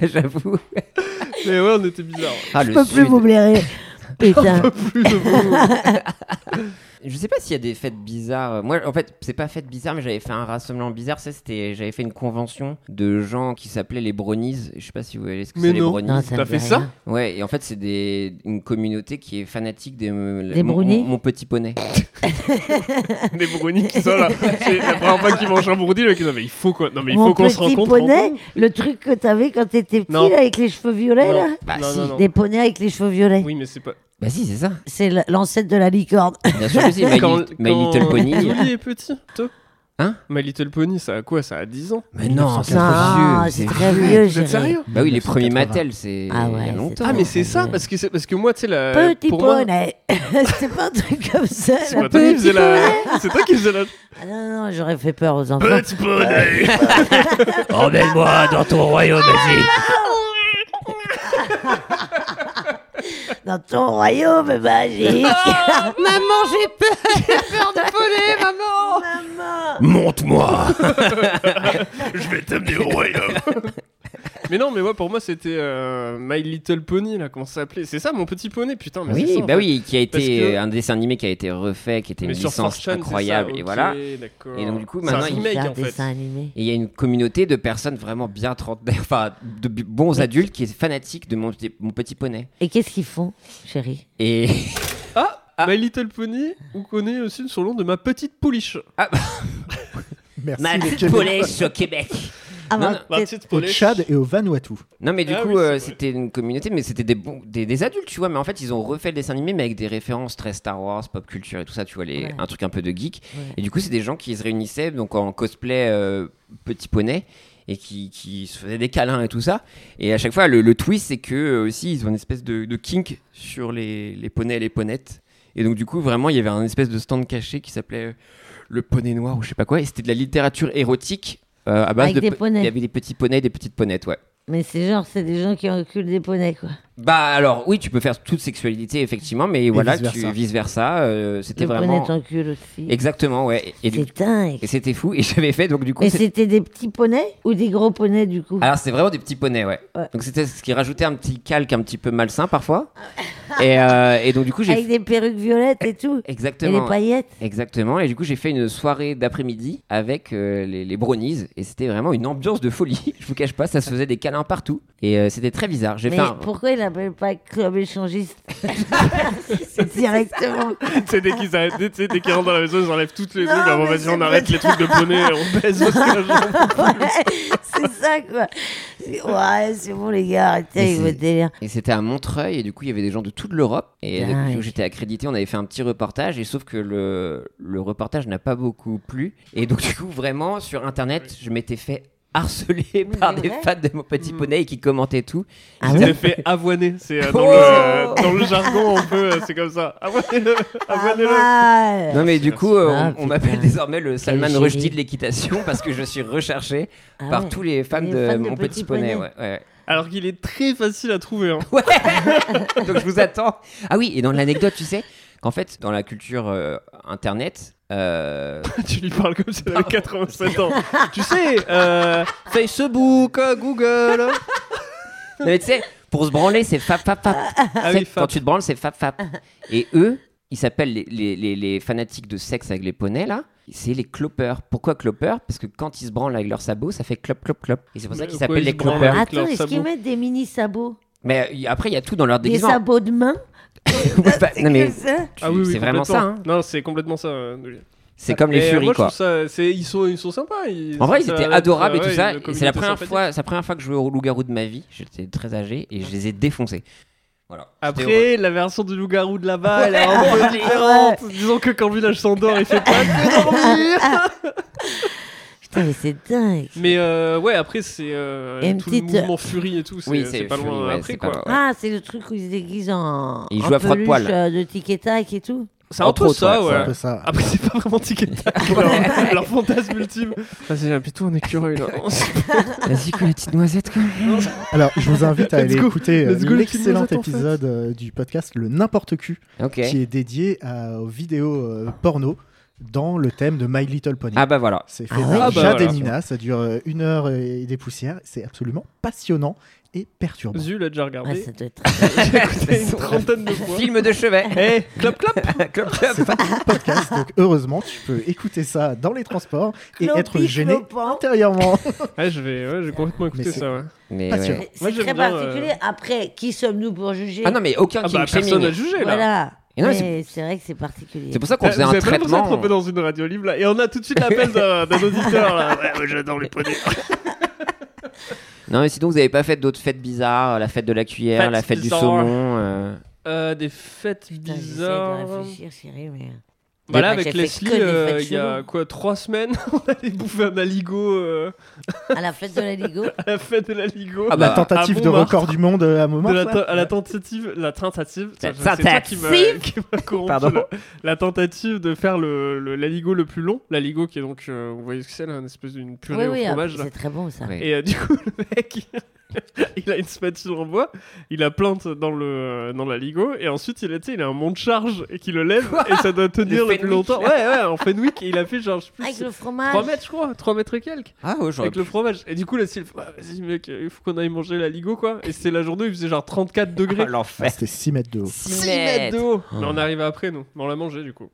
J'avoue.
Mais ouais, on était bizarres.
Ah,
Je
le
peux plus
Sud.
vous blairer. Putain.
Plus de vous.
Je sais pas s'il y a des fêtes bizarres. euh, Moi, en fait, c'est pas fête bizarre, mais j'avais fait un rassemblement bizarre. Ça, c'était, j'avais fait une convention de gens qui s'appelaient les bronies. Je sais pas si vous voyez ce que
Mais
c'est les
non.
bronies.
Non, ça me
T'as
dit
fait
rien.
ça
Ouais, et en fait, c'est des, une communauté qui est fanatique des.
Des
mon,
brownies
mon, mon petit poney.
Des brownies qui sont là. C'est la première fois qu'ils mangent un brownie. Le mec, non, mais il faut quoi. Non, mais il
Mon
faut qu'on
petit
se rencontre.
poney, le truc que t'avais quand t'étais petit,
Non.
là, avec les cheveux violets,
Non.
là
Bah,
Non,
si.
non, non.
Des poneys avec les cheveux violets.
Oui, mais c'est pas.
Bah, si, c'est ça.
C'est l- l'ancêtre de la licorne.
Bien sûr que si. My,
Quand-
Lit- My
quand-
Little Pony.
Oli est petit, toi
Hein
My Little Pony, ça a quoi Ça a 10 ans
Mais non, c'est trop
Ah,
vieux.
c'est
c'est
très
vieux.
vieux,
Vous êtes
chérie.
sérieux
Bah oui, les premiers
1980.
Mattel, c'est
Ah
il y
ouais,
a
c'est
longtemps.
trop
Ah mais c'est
Ouais.
ça parce que c'est parce que moi tu sais la
Petit
euh, pour moi
poney C'est pas un truc comme ça,
c'est
là.
pas toi qui faisais la c'est toi qui faisais la
Ah non, non, j'aurais fait peur aux enfants.
petit poney
Emmène-moi dans ton royaume magique.
Dans ton royaume magique
Oh, maman, j'ai peur, j'ai peur de voler, maman.
Maman
Monte-moi.
je vais t'amener au royaume mais non mais moi pour moi c'était euh, My Little Pony là comment ça s'appelait c'est ça mon petit poney putain mais Ah c'est
Oui,
ça, en
bah
fait.
oui, qui a été
Parce que-
euh, un dessin animé qui a été refait, qui était
mais
une
sur
licence
4chan, c'est
incroyable,
ça,
et
ok,
voilà.
d'accord.
Et donc, du coup,
C'est un
maintenant, il
remake,
Faire
en
des
fait
dessins animés.
Et il y a une communauté de personnes vraiment bien trentenaires, enfin de b- bons adultes qui est fanatique de mon petit, mon petit poney.
Et qu'est-ce qu'ils font, chérie
Et
ah, My Little Pony on connaît aussi sous le nom de ma petite pouliche
Merci
ma
les
petite
Québécois.
police au Québec.
Ah,
Non,
bah,
non,
ma
peut-être-
petite
Au
pouliche
Tchad et au Vanuatu.
Non, mais du
Ah
coup,
oui, c'est
euh,
vrai.
c'était une communauté, mais c'était des, bons- des, des adultes, tu vois. Mais en fait, ils ont refait le dessin animé, mais avec des références très Star Wars, pop culture et tout ça, tu vois, les,
Ouais.
un truc un peu de geek.
Ouais.
Et du coup, c'est des gens qui se réunissaient donc en cosplay euh, petit poney et qui, qui se faisaient des câlins et tout ça. Et à chaque fois, le, le twist, c'est que euh, aussi, ils ont une espèce de, de kink sur les, les poneys et les ponettes. Et donc, du coup, vraiment, il y avait un espèce de stand caché qui s'appelait euh, le poney noir ou je sais pas quoi. Et c'était de la littérature érotique euh, à base
Avec
de.
des
pe-
poneys.
Il y avait des petits poneys, des petites ponettes, ouais.
Mais c'est genre, c'est des gens qui enculent des poneys, quoi.
Bah alors oui, tu peux faire toute sexualité effectivement, mais voilà,
vice-versa.
tu vice versa. c'était
Les
vraiment
poneys t'enculent aussi.
exactement ouais. Et, et du-
C'est dingue
et c'était fou. Et j'avais fait donc du coup.
Mais
c'est-
c'était des petits poneys ou des gros poneys, du coup
Alors c'est vraiment des petits poneys ouais.
Ouais.
Donc c'était ce qui rajoutait un petit calque un petit peu malsain parfois.
Ah.
et, euh, et donc du coup j'ai
Avec des perruques violettes et tout Et
exactement.
les paillettes
Exactement, et du coup j'ai fait une soirée d'après-midi avec euh, les, les brownies, et c'était vraiment une ambiance de folie, je vous cache pas, ça se faisait des câlins partout, et euh, c'était très bizarre. J'ai
Mais
fait un-
pourquoi il n'appelle pas club échangiste Directement
c'est dès qu'ils arrêtent dès- tu sais, dès qu'ils rentrent dans la maison ils enlèvent toutes les
Non,
trucs bon
mais
vas-y
c'est
on arrête
vrai.
les trucs de poney et on baise parce que la jambe-
Ouais, c'est ça quoi. C'est- Ouais, c'est bon les gars, arrêtez
Mais
avec
c'est-
votre délire.
Et c'était à Montreuil, et du coup, il y avait des gens de toute l'Europe. Et
Dingue.
depuis où j'étais accrédité, on avait fait un petit reportage, et sauf que le, le reportage n'a pas beaucoup plu. Et donc, du coup, vraiment, sur Internet, je m'étais fait harceler par
c'est
des
vrai
fans de mon petit poney qui commentaient tout.
Ah
Ils
ouais
étaient fait avoiner, c'est euh, dans,
Oh
le, euh, dans le jargon un peu, euh, c'est comme ça. Avoinez-le,
Ah,
Pas
avoinez-le.
Ah, mal.
bah, Non, mais du coup, euh,
Ah,
on, on
putain.
m'appelle désormais le Salman
génie.
Rushdie de l'équitation parce que je suis recherché
Ah
par
ouais.
tous les fans
Les
de
fans de
mon petit,
Petit
poney.
Poney.
ouais, ouais.
Alors qu'il est très facile à trouver. hein.
Donc je vous attends. Ah oui, et dans l'anecdote, tu sais, qu'en fait, dans la culture euh, internet, euh,
tu lui parles comme si elle avait 87 ans. tu sais, euh, Facebook, euh, Google.
non, mais tu sais, pour se branler, c'est fap fap fap.
Ah
Tu
oui,
sais,
Fab.
Quand tu te branles, c'est fap fap. Et eux, ils s'appellent les, les- les- les fanatiques de sexe avec les poneys là. C'est les clopeurs. Pourquoi clopeurs Parce que quand ils se branlent avec leurs sabots, ça fait clop clop clop. Et c'est pour ça
Mais
qu'ils
pourquoi
s'appellent
ils
les
se branlent
clopeurs.
avec
Attends,
leurs
est-ce qu'ils
sabots.
mettent des mini sabots
Mais euh, après, il y a tout dans leur
Des
déguisement.
sabots de main
Oui, bah, non mais
Que ça
tu- c'est vraiment ça.
Ah complètement.
hein.
Non, c'est complètement ça. euh, Noli.
C'est comme les
Et, euh,
furies
moi, je
quoi.
trouve ça- c'est- ils, sont, ils sont sympas. ils-
En vrai, ils
ça-
étaient
ça-
adorables et
ouais,
tout ça.
une
Et c'est la
communauté
première
sympathique.
fois, c'est la première fois que je jouais au loup-garou de ma vie. J'étais très âgé et je les ai défoncés. Voilà. C'était heureux.
Après, la version du loup-garou de là-bas, elle est un
Ouais.
peu différente. Disons que quand le village s'endort, il fait pas que dormir.
Putain, mais c'est dingue.
Mais euh, ouais, après, c'est euh,
Et une
tout
petite,
le
euh,
mouvement Fury et tout. C'est
Oui,
c'est
c'est
pas
Fury,
loin
ouais,
après,
c'est pas
quoi.
loin, ouais.
Ah, c'est le truc où ils se déguisent en.
Ils
en
jouent à frotte-poil.
peluche, euh, de tic et tac et tout.
C'est un
Entre
peu
autres,
ça, ouais.
ouais, c'est
un peu ça.
Après, c'est pas vraiment ticket leur, leur fantasme ultime. Vas-y, un plutôt un écureuil là.
Ah. Vas-y, quoi, la petite noisette quoi.
Alors, je vous invite à
Let's
aller
go.
écouter euh,
Let's go, le film
l'excellent
nous attend, en fait.
épisode euh, du podcast Le N'importe Q,
Ok.
qui est dédié à- aux vidéos euh, porno dans le thème de My Little Pony.
Ah bah voilà.
C'est fait
Ah ouais
par
Ah bah
Jade et
voilà.
Nina, ça dure euh, une heure et des poussières, c'est absolument passionnant et perturbant.
Zul a déjà
Ah,
regardé.
ça doit être. très-
J'ai écouté une trentaine de fois.
Film de chevet.
Eh, clop clop
Clop, clop.
Podcast, donc heureusement, tu peux écouter ça dans les transports et être
Clopi,
gêné
clopant.
intérieurement.
Ouais, je vais, ouais, j'ai complètement écouté
Mais c'est-
ça, ouais.
Mais
Passionnant.
ouais.
Moi,
C'est
j'aime
très
bien,
particulier. Après, qui sommes-nous pour juger
euh, Ah non mais aucun
Ah bah,
king
personne n'a
shaming.
jugé, là.
Voilà.
Et non, mais
mais c'est vrai que c'est particulier.
C'est pour ça qu'on
Ah,
faisait
vous
un
avez pas l'impression d'être
traitement.
un peu dans une radio libre là, et on a tout de suite l'appel d'un d'un auditeur là. Ouais, ouais, j'adore les poneys.
Non mais sinon vous avez pas fait d'autres fêtes bizarres, euh, la fête de la cuillère,
Fête
la fête
bizarre.
du saumon. euh,
Euh, des fêtes
Putain, j'essaie
bizarres.
de réfléchir, chérie, mais. euh,
Voilà,
Moi, j'ai
avec
fait
Leslie,
que des
euh,
fêtes
il y a
cheloues.
quoi, trois semaines, on allait bouffer un aligot euh,
À la fête de la Ligo.
à la fête de l'aligot.
Ah
La
bah,
tentative
à
de
Montmartre.
record du monde euh, à moment.
de la te- à la tentative, la tentative,
La
c'est toi qui m'a-
tentative.
qui m'a corrompu,
Pardon.
là. la tentative de faire le, le l'aligot le plus long, l'aligot qui est donc, euh, vous voyez ce que c'est là, une espèce d'une purée
Oui,
au
oui,
fromage. là.
après, c'est très bon ça.
ouais.
Et euh, du coup, le mec, il a une spatule en bois, il la plante dans le dans l'aligot, et ensuite il a, tu sais, il a un monte charge et qui le lève, et ça doit tenir le,
Le
plus
Fenwick.
longtemps. Ouais, ouais, en Fenwick, et il a fait genre, je sais plus,
Ah, Avec le fromage.
3 mètres, je crois, 3 mètres et quelques,
Ah ouais, j'aurais
avec le fromage. Et du coup, là, il fait, Ah, vas-y, mec, il faut qu'on aille manger l'aligot, quoi. Et c'était la journée où il faisait genre 34 degrés.
Ah, l'enfer.
C'était 6 mètres de haut.
6 mètres de haut Mais on arrive après, nous. Mais on l'a mangé, du coup.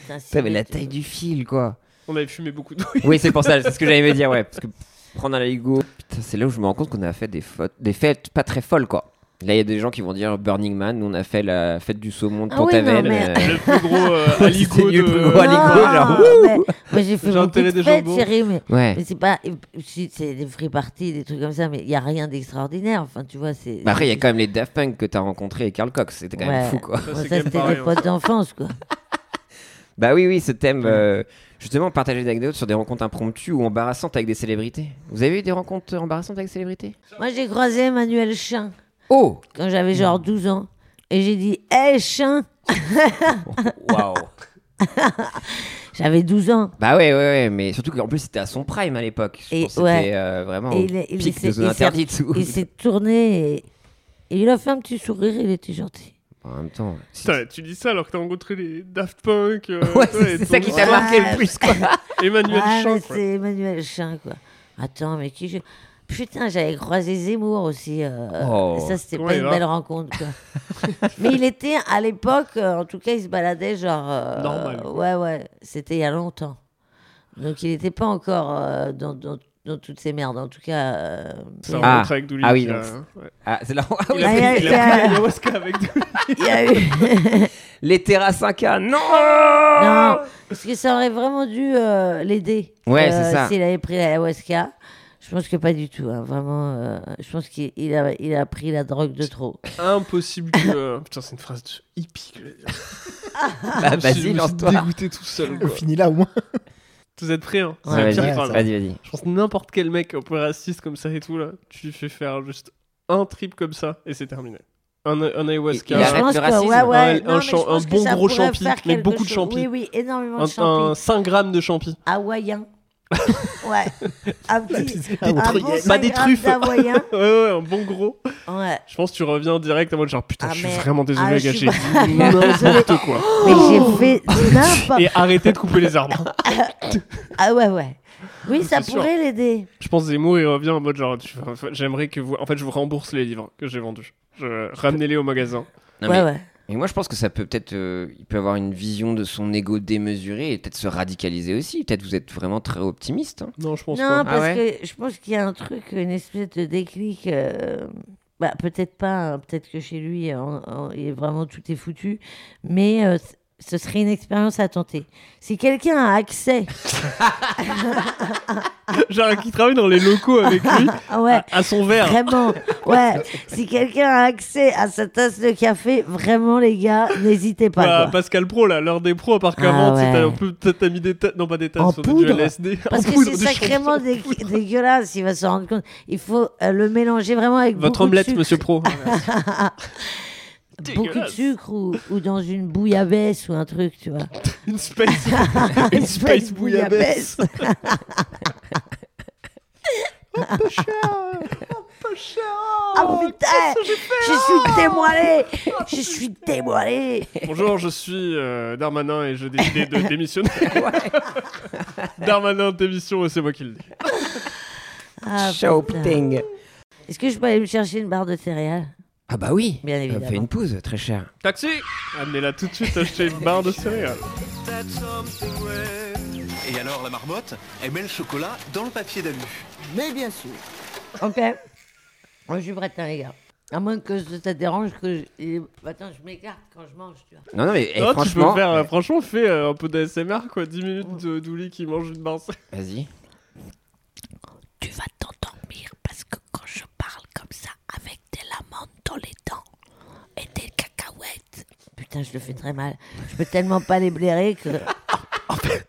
Putain, si
Putain, mais la
mec,
taille du fil quoi.
On avait fumé beaucoup d'eau.
Oui, c'est pour ça, c'est ce que j'allais me dire, ouais. Parce que prendre un Lego, putain, c'est là où je me rends compte qu'on a fait des, fautes, des fêtes pas très folles, quoi. Là, il y a des gens qui vont dire Burning Man, nous on a fait la fête du saumon de
Ah oui,
Pantavelle.
non, mais-
euh,
Le plus gros euh, aligot
C'était nul,
de...
plus gros aligot.
Non,
genre,
mais- Moi j'ai fait
J'ai
beaucoup
enterré
de
des
fêtes,
jambons.
chérie, mais,
euh, Ouais.
mais c'est pas. si, C'est des free parties, des trucs comme ça, mais il n'y a rien d'extraordinaire. Enfin, tu vois, c'est.
Bah après, il y a quand même les Daft Punk que t'as rencontrés et Carl Cox, c'était quand même
Ouais.
fou, quoi.
Ça,
Moi,
c'est
ça,
quand même
c'était
pareil,
des
hein.
potes d'enfance, quoi.
Bah oui, oui, ce thème. euh, justement, partager des anecdotes sur des rencontres impromptues ou embarrassantes avec des célébrités. Vous avez eu des rencontres euh, embarrassantes avec des célébrités
Moi, j'ai croisé Emmanuel Chin
Oh
quand j'avais genre 12 ans. Et j'ai dit, hé, Chin
Waouh
J'avais 12 ans.
Bah ouais, ouais, ouais, mais surtout qu'en plus c'était à son prime à l'époque. Je
Et
pense que
ouais.
C'était euh, vraiment
Et
au
il est- il
pic
s'est-
de zone
il s'est-
interdite. où-
Il s'est tourné et... et il a fait un petit sourire, il était gentil.
En même temps, si-
Putain, tu dis ça alors que t'as rencontré les Daft Punk. euh,
Ouais,
toi, et
c'est c'est
ton-
ça qui t'a
Ouais.
marqué le plus, quoi.
Emmanuel
Ah,
Chin,
mais
quoi.
c'est Emmanuel Chin, quoi. Attends, mais qui je... Putain, j'avais croisé Zemmour aussi. euh,
Oh.
Ça, c'était
Comment
pas
il
une
va
belle rencontre, quoi. mais il était, à l'époque, euh, en tout cas, il se baladait genre... euh,
Normal, quoi.
Ouais, ouais, c'était il y a longtemps. Donc, il n'était pas encore euh, dans, dans- dans toutes ces merdes, en tout cas... euh,
Ça
il y a-
rencontre avec Dooley.
Ah oui,
qui a-
donc-
ouais.
Ah, c'est là. Ah oui,
Il a
Ah,
pris-
il
il
y a-
a pris l'ayahuasca avec Dooley.
il y a eu...
les terrasses 5K, non
Non, parce que ça aurait vraiment dû euh, l'aider.
Ah. Ouais,
Euh,
c'est ça.
S'il avait pris la ayahuasca. Je pense que pas du tout, hein, vraiment. euh, je pense qu'il il a, il a pris la drogue de trop.
Impossible que. euh, Putain, c'est une phrase de hippie. que je vais dire.
Bah,
Je me suis-
vas-y,
je me suis
lance-toi.
dégoûté tout seul.
On
quoi.
finit là au moins.
Vous êtes prêts, hein C'est
Ouais,
la
vas-y,
pire
ouais,
phrase.
ça
vas-y, vas-y.
Je pense n'importe quel mec un peu raciste comme ça et tout, là, tu lui fais faire juste un trip comme ça et c'est terminé. Un, un ayahuasca.
Il
Mais je
arrête
pense
le
que-
racisme.
ouais, ouais,
Un-
non,
un
mais
champ-
je pense
un
que
bon
ça
gros
pourrait
champi,
faire
mais
quelque
beaucoup de
chose.
champi.
Oui, oui, énormément de
Un, un
champi.
5 grammes de champi.
Hawaïen. Ouais. Un petit.
pizzeria
Un
outre-Yen.
bon
Pas
Bah,
cinq
des
grammes
truffes.
d'avoine.
Ouais, ouais, un bon gros.
Ouais.
Je pense que tu reviens direct en mode genre putain,
Ah,
je suis
mais-
vraiment désolé,
ah,
à
je
gâcher
suis vraiment désolée.
n'importe quoi.
Mais j'ai fait n'importe
Et arrêtez de couper les arbres.
Ah ouais, ouais. Oui, ça
C'est sûr.
pourrait l'aider.
Je pense Zemmour il revient en mode genre tu- enfin, j'aimerais que vous en fait je vous rembourse les livres que j'ai vendus. Je... Ramenez-les au magasin.
Non, mais-
ouais, ouais.
Et moi, je pense que ça peut peut-être. euh, il peut avoir une vision de son ego démesuré et peut-être se radicaliser aussi. Peut-être vous êtes vraiment très optimiste. hein.
Non, je pense
Non,
pas.
parce
Ah
que je pense qu'il y a un truc, une espèce de déclic. euh, bah, peut-être pas, hein, peut-être que chez lui, en- en- il est vraiment tout est foutu, mais euh, c- ce serait une expérience à tenter. Si quelqu'un a accès
Genre qui travaille dans les locaux avec lui
Ah ouais,
à, à son verre.
vraiment. Ouais, si quelqu'un a accès à sa tasse de café, vraiment, les gars, n'hésitez pas.
Bah,
quoi.
Pascal Pro là, l'heure des pros à part
Ah
qu'avant
ouais.
t'as un peu- t'as t'as mis des tasses non pas des tasses
En
c'était du
poudre.
LSD.
Parce
En
que
poudre,
c'est
des
sacrément
champignons.
dé- dégueulasse, il va se rendre compte. Il faut euh, le mélanger vraiment avec
Votre
beaucoup
omelette
de sucre.
monsieur Pro.
Beaucoup de
Dégueulasse.
sucre ou, ou dans une bouillabaisse ou un truc, tu vois.
Une space une
espèce
space bouillabaisse.
Ah putain, je suis démoilé, je suis démoilé.
Bonjour, je suis euh, Darmanin et j'ai décidé de démissionner. Darmanin démission, c'est moi qui le dis.
Ah, putain.
Shopping.
Est-ce que je peux aller me chercher une barre de céréales
Ah bah oui.
Bien
Euh,
évidemment.
Fais une pause, très cher.
Taxi Amenez-la tout de suite acheter une barre de céréales.
Et alors la marmotte, elle met le chocolat dans le papier d'alu.
Mais bien sûr.
Ok. Moi, je suis prête, hein, les gars. À moins que ça te dérange que je... et- Attends, je m'écarte quand je mange, tu vois.
Non, non, mais eh,
Non, tu
franchement.
peux faire, euh, franchement, fais euh, un peu d'ASMR, quoi. 10 minutes de d'Ouli qui mange une barre. de céréales.
Vas-y.
Tu vas t'endormir parce que quand je parle comme ça, avec des lamantes dans les dents et des cacahuètes. Putain, je le fais très mal. Je peux tellement pas les blairer que. en fait,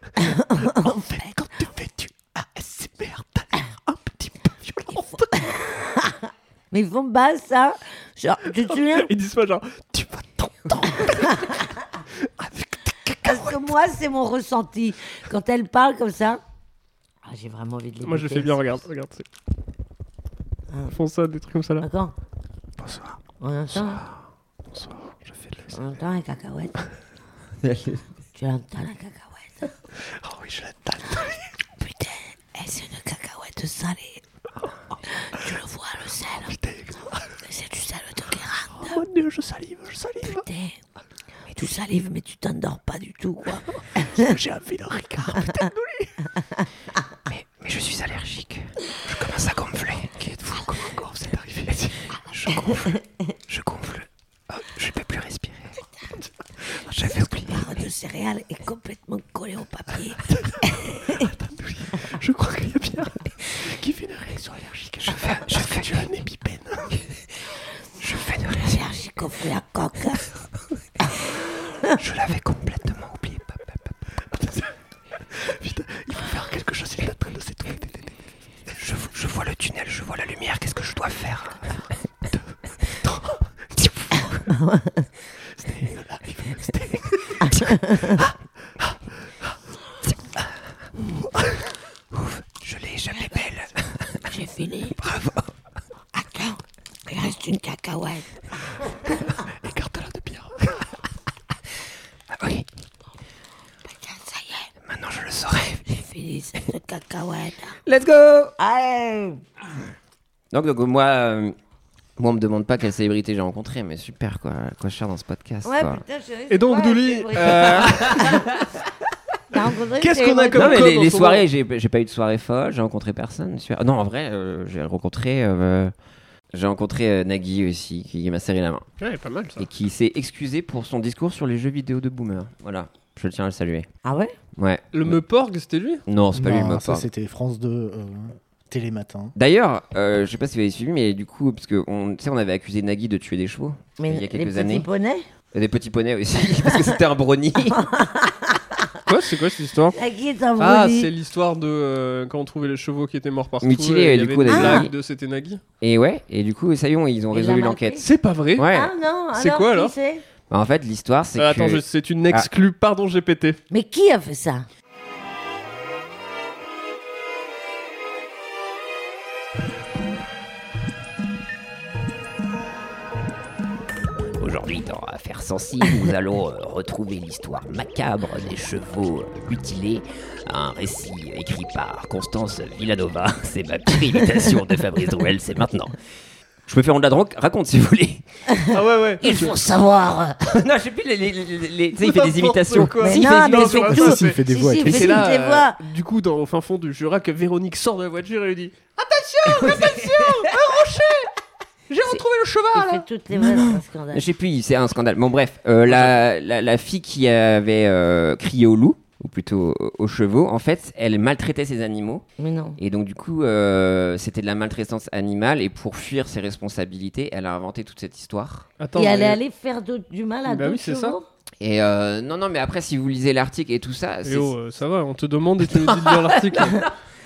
quand tu fais du ASMR, t'as l'air un petit peu violent. Mais ils font bas ça. Genre, tu te souviens
Ils disent pas genre, tu vas
Parce que moi, c'est mon ressenti. Quand elle parle comme ça. Ah, j'ai vraiment envie de les
Moi, je le fais bien, regarde, regarde. c'est- Font ça, des trucs comme ça là.
D'accord. Bonsoir. On entend Bonsoir. Je fais de On entend la cacahuète. tu l'entends la cacahuète Oh oui, je l'entends. Putain, et c'est une cacahuète salée. tu le vois, le sel. C'est du sel de Guérande. Oh je salive, je salive. Putain. tu salives, mais tu t'endors pas du tout, quoi.
Mais je suis allergique. Je commence à gonfler. Inquiète-vous, comment encore c'est arrivé Je gonfle. Je gonfle. Ah, je peux plus respirer. J'avais oublié.
Barre de céréales est complètement collée au papier.
Je crois qu'il y a Pierre qui fait une réaction allergique. Je fais, je fais du amébipène.
Je fais de rien.
J'ai archi coffré la coque.
Je l'avais complètement oublié. Pop, pop, pop.
Putain, il faut faire quelque chose, il est en train de s'étouffer.
Je, je vois le tunnel, je vois la lumière. Qu'est-ce que je dois faire Ouf, je l'ai jamais belle.
J'ai fini. Bravo. Attends, il reste une cacahuète.
Écarte-la de Pierre. Ah oui,
Putain, ça y est,
maintenant je le saurai.
j'ai fini cette cacahuète.
Let's go
Allez
Donc, donc moi, euh, moi, on me demande pas quelle célébrité j'ai rencontrée, mais super quoi, quoi je cherche dans ce podcast.
Ouais,
quoi.
putain, chérie.
Et donc, Douli, euh, qu'est-ce qu'on a
Non
comme
mais
code
les,
en
les
ce
soirées, j'ai j'ai pas eu de soirée folle, j'ai rencontré personne. super. Non en vrai, euh, j'ai rencontré, euh, j'ai rencontré euh, Nagui aussi qui m'a serré la main
Ouais, pas mal ça.
et qui s'est excusé pour son discours sur les jeux vidéo de boomer. Voilà, je tiens à le saluer.
Ah ouais
Ouais.
Le Meuporg, c'était lui
Non, c'est pas lui le
Non,
mot
Ça,
fort.
c'était France 2, euh, Télématin.
D'ailleurs, euh, je sais pas si vous avez suivi, mais du coup, parce que on, tu sais, on avait accusé Nagui de tuer des chevaux il y a
les
quelques
petits
années,
poneys
Et des petits poneys aussi, parce que c'était un brownie.
Quoi C'est quoi cette histoire
La qui est un
Ah,
brownie.
c'est l'histoire de euh, quand on trouvait les chevaux qui étaient morts partout.
Mutilés,
et il y
du
avait
coup,
des
des
blagues
Nagui.
de c'était Nagui.
et ouais, et du coup, ça y est, on- ils ont
Il
résolu
l'a marqué.
l'enquête.
C'est pas vrai
Ouais.
Ah non, alors
C'est quoi,
qui
alors
c'est
Bah, en fait, l'histoire, c'est
Euh,
Ah,
que.
Attends, je- c'est Ah. une exclue, pardon, j'ai pété.
Mais qui a fait ça
Aujourd'hui, dans Affaires sensibles, nous allons euh, retrouver l'histoire macabre des chevaux euh, mutilés, un récit écrit par Constance Villanova. C'est ma pire imitation de Fabrice Drouel, c'est maintenant. Je peux faire de la drogue Raconte si vous voulez.
Ah ouais, ouais.
Il faut
Ah,
savoir.
bah,
non, je sais plus, les, les- les- les- tu sais, il fait des imitations.
N'importe quoi.
Mais
Si, il fait
non,
des
mais
c'est
imitations.
pas
surtout.
Ah, ça,
si, il fait des
si,
voix,
si,
tu
il
Et
fait
c'est là,
des
euh,
voix.
du coup, dans, au fin fond du Jura, que Véronique sort de la voiture et lui dit
Il fait toutes les voix, c'est un scandale.
Je sais plus, c'est un scandale. Bon, bref, euh, la, la, la fille qui avait euh, crié au loup, ou plutôt au- aux chevaux, en fait, elle maltraitait ses animaux.
Mais non.
Et donc, du coup, euh, c'était de la maltraitance animale. Et pour fuir ses responsabilités, elle a inventé toute cette histoire.
Attends,
et elle
mais-
est allée faire d'autres- du mal à
Bah oui,
d'autres
c'est ça.
chevaux.
Et euh, non, non, mais après, si vous lisez l'article et tout ça, c'est.
Eh oh, euh, ça va, on te demande et tu nous dis de lire l'article.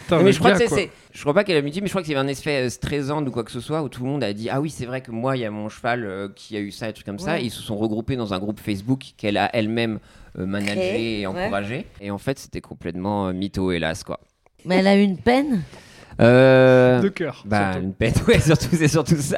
Putain,
Non, mais je crois que
gars,
c'est-
quoi.
c'est. Je crois pas qu'elle a mutilé, mais je crois qu'il y avait un effet euh, stressant ou quoi que ce soit où tout le monde a dit Ah oui, c'est vrai que moi, il y a mon cheval euh, qui a eu ça, et trucs comme ça.
Ouais.
Et ils se sont regroupés dans un groupe Facebook qu'elle a elle-même euh, managé
Créé,
et
ouais.
encouragé. Et en fait, c'était complètement euh, mytho, hélas, quoi.
Mais elle a eu une peine.
Euh...
De cœur.
Bah,
surtout.
une bête, ouais, surtout, c'est surtout ça.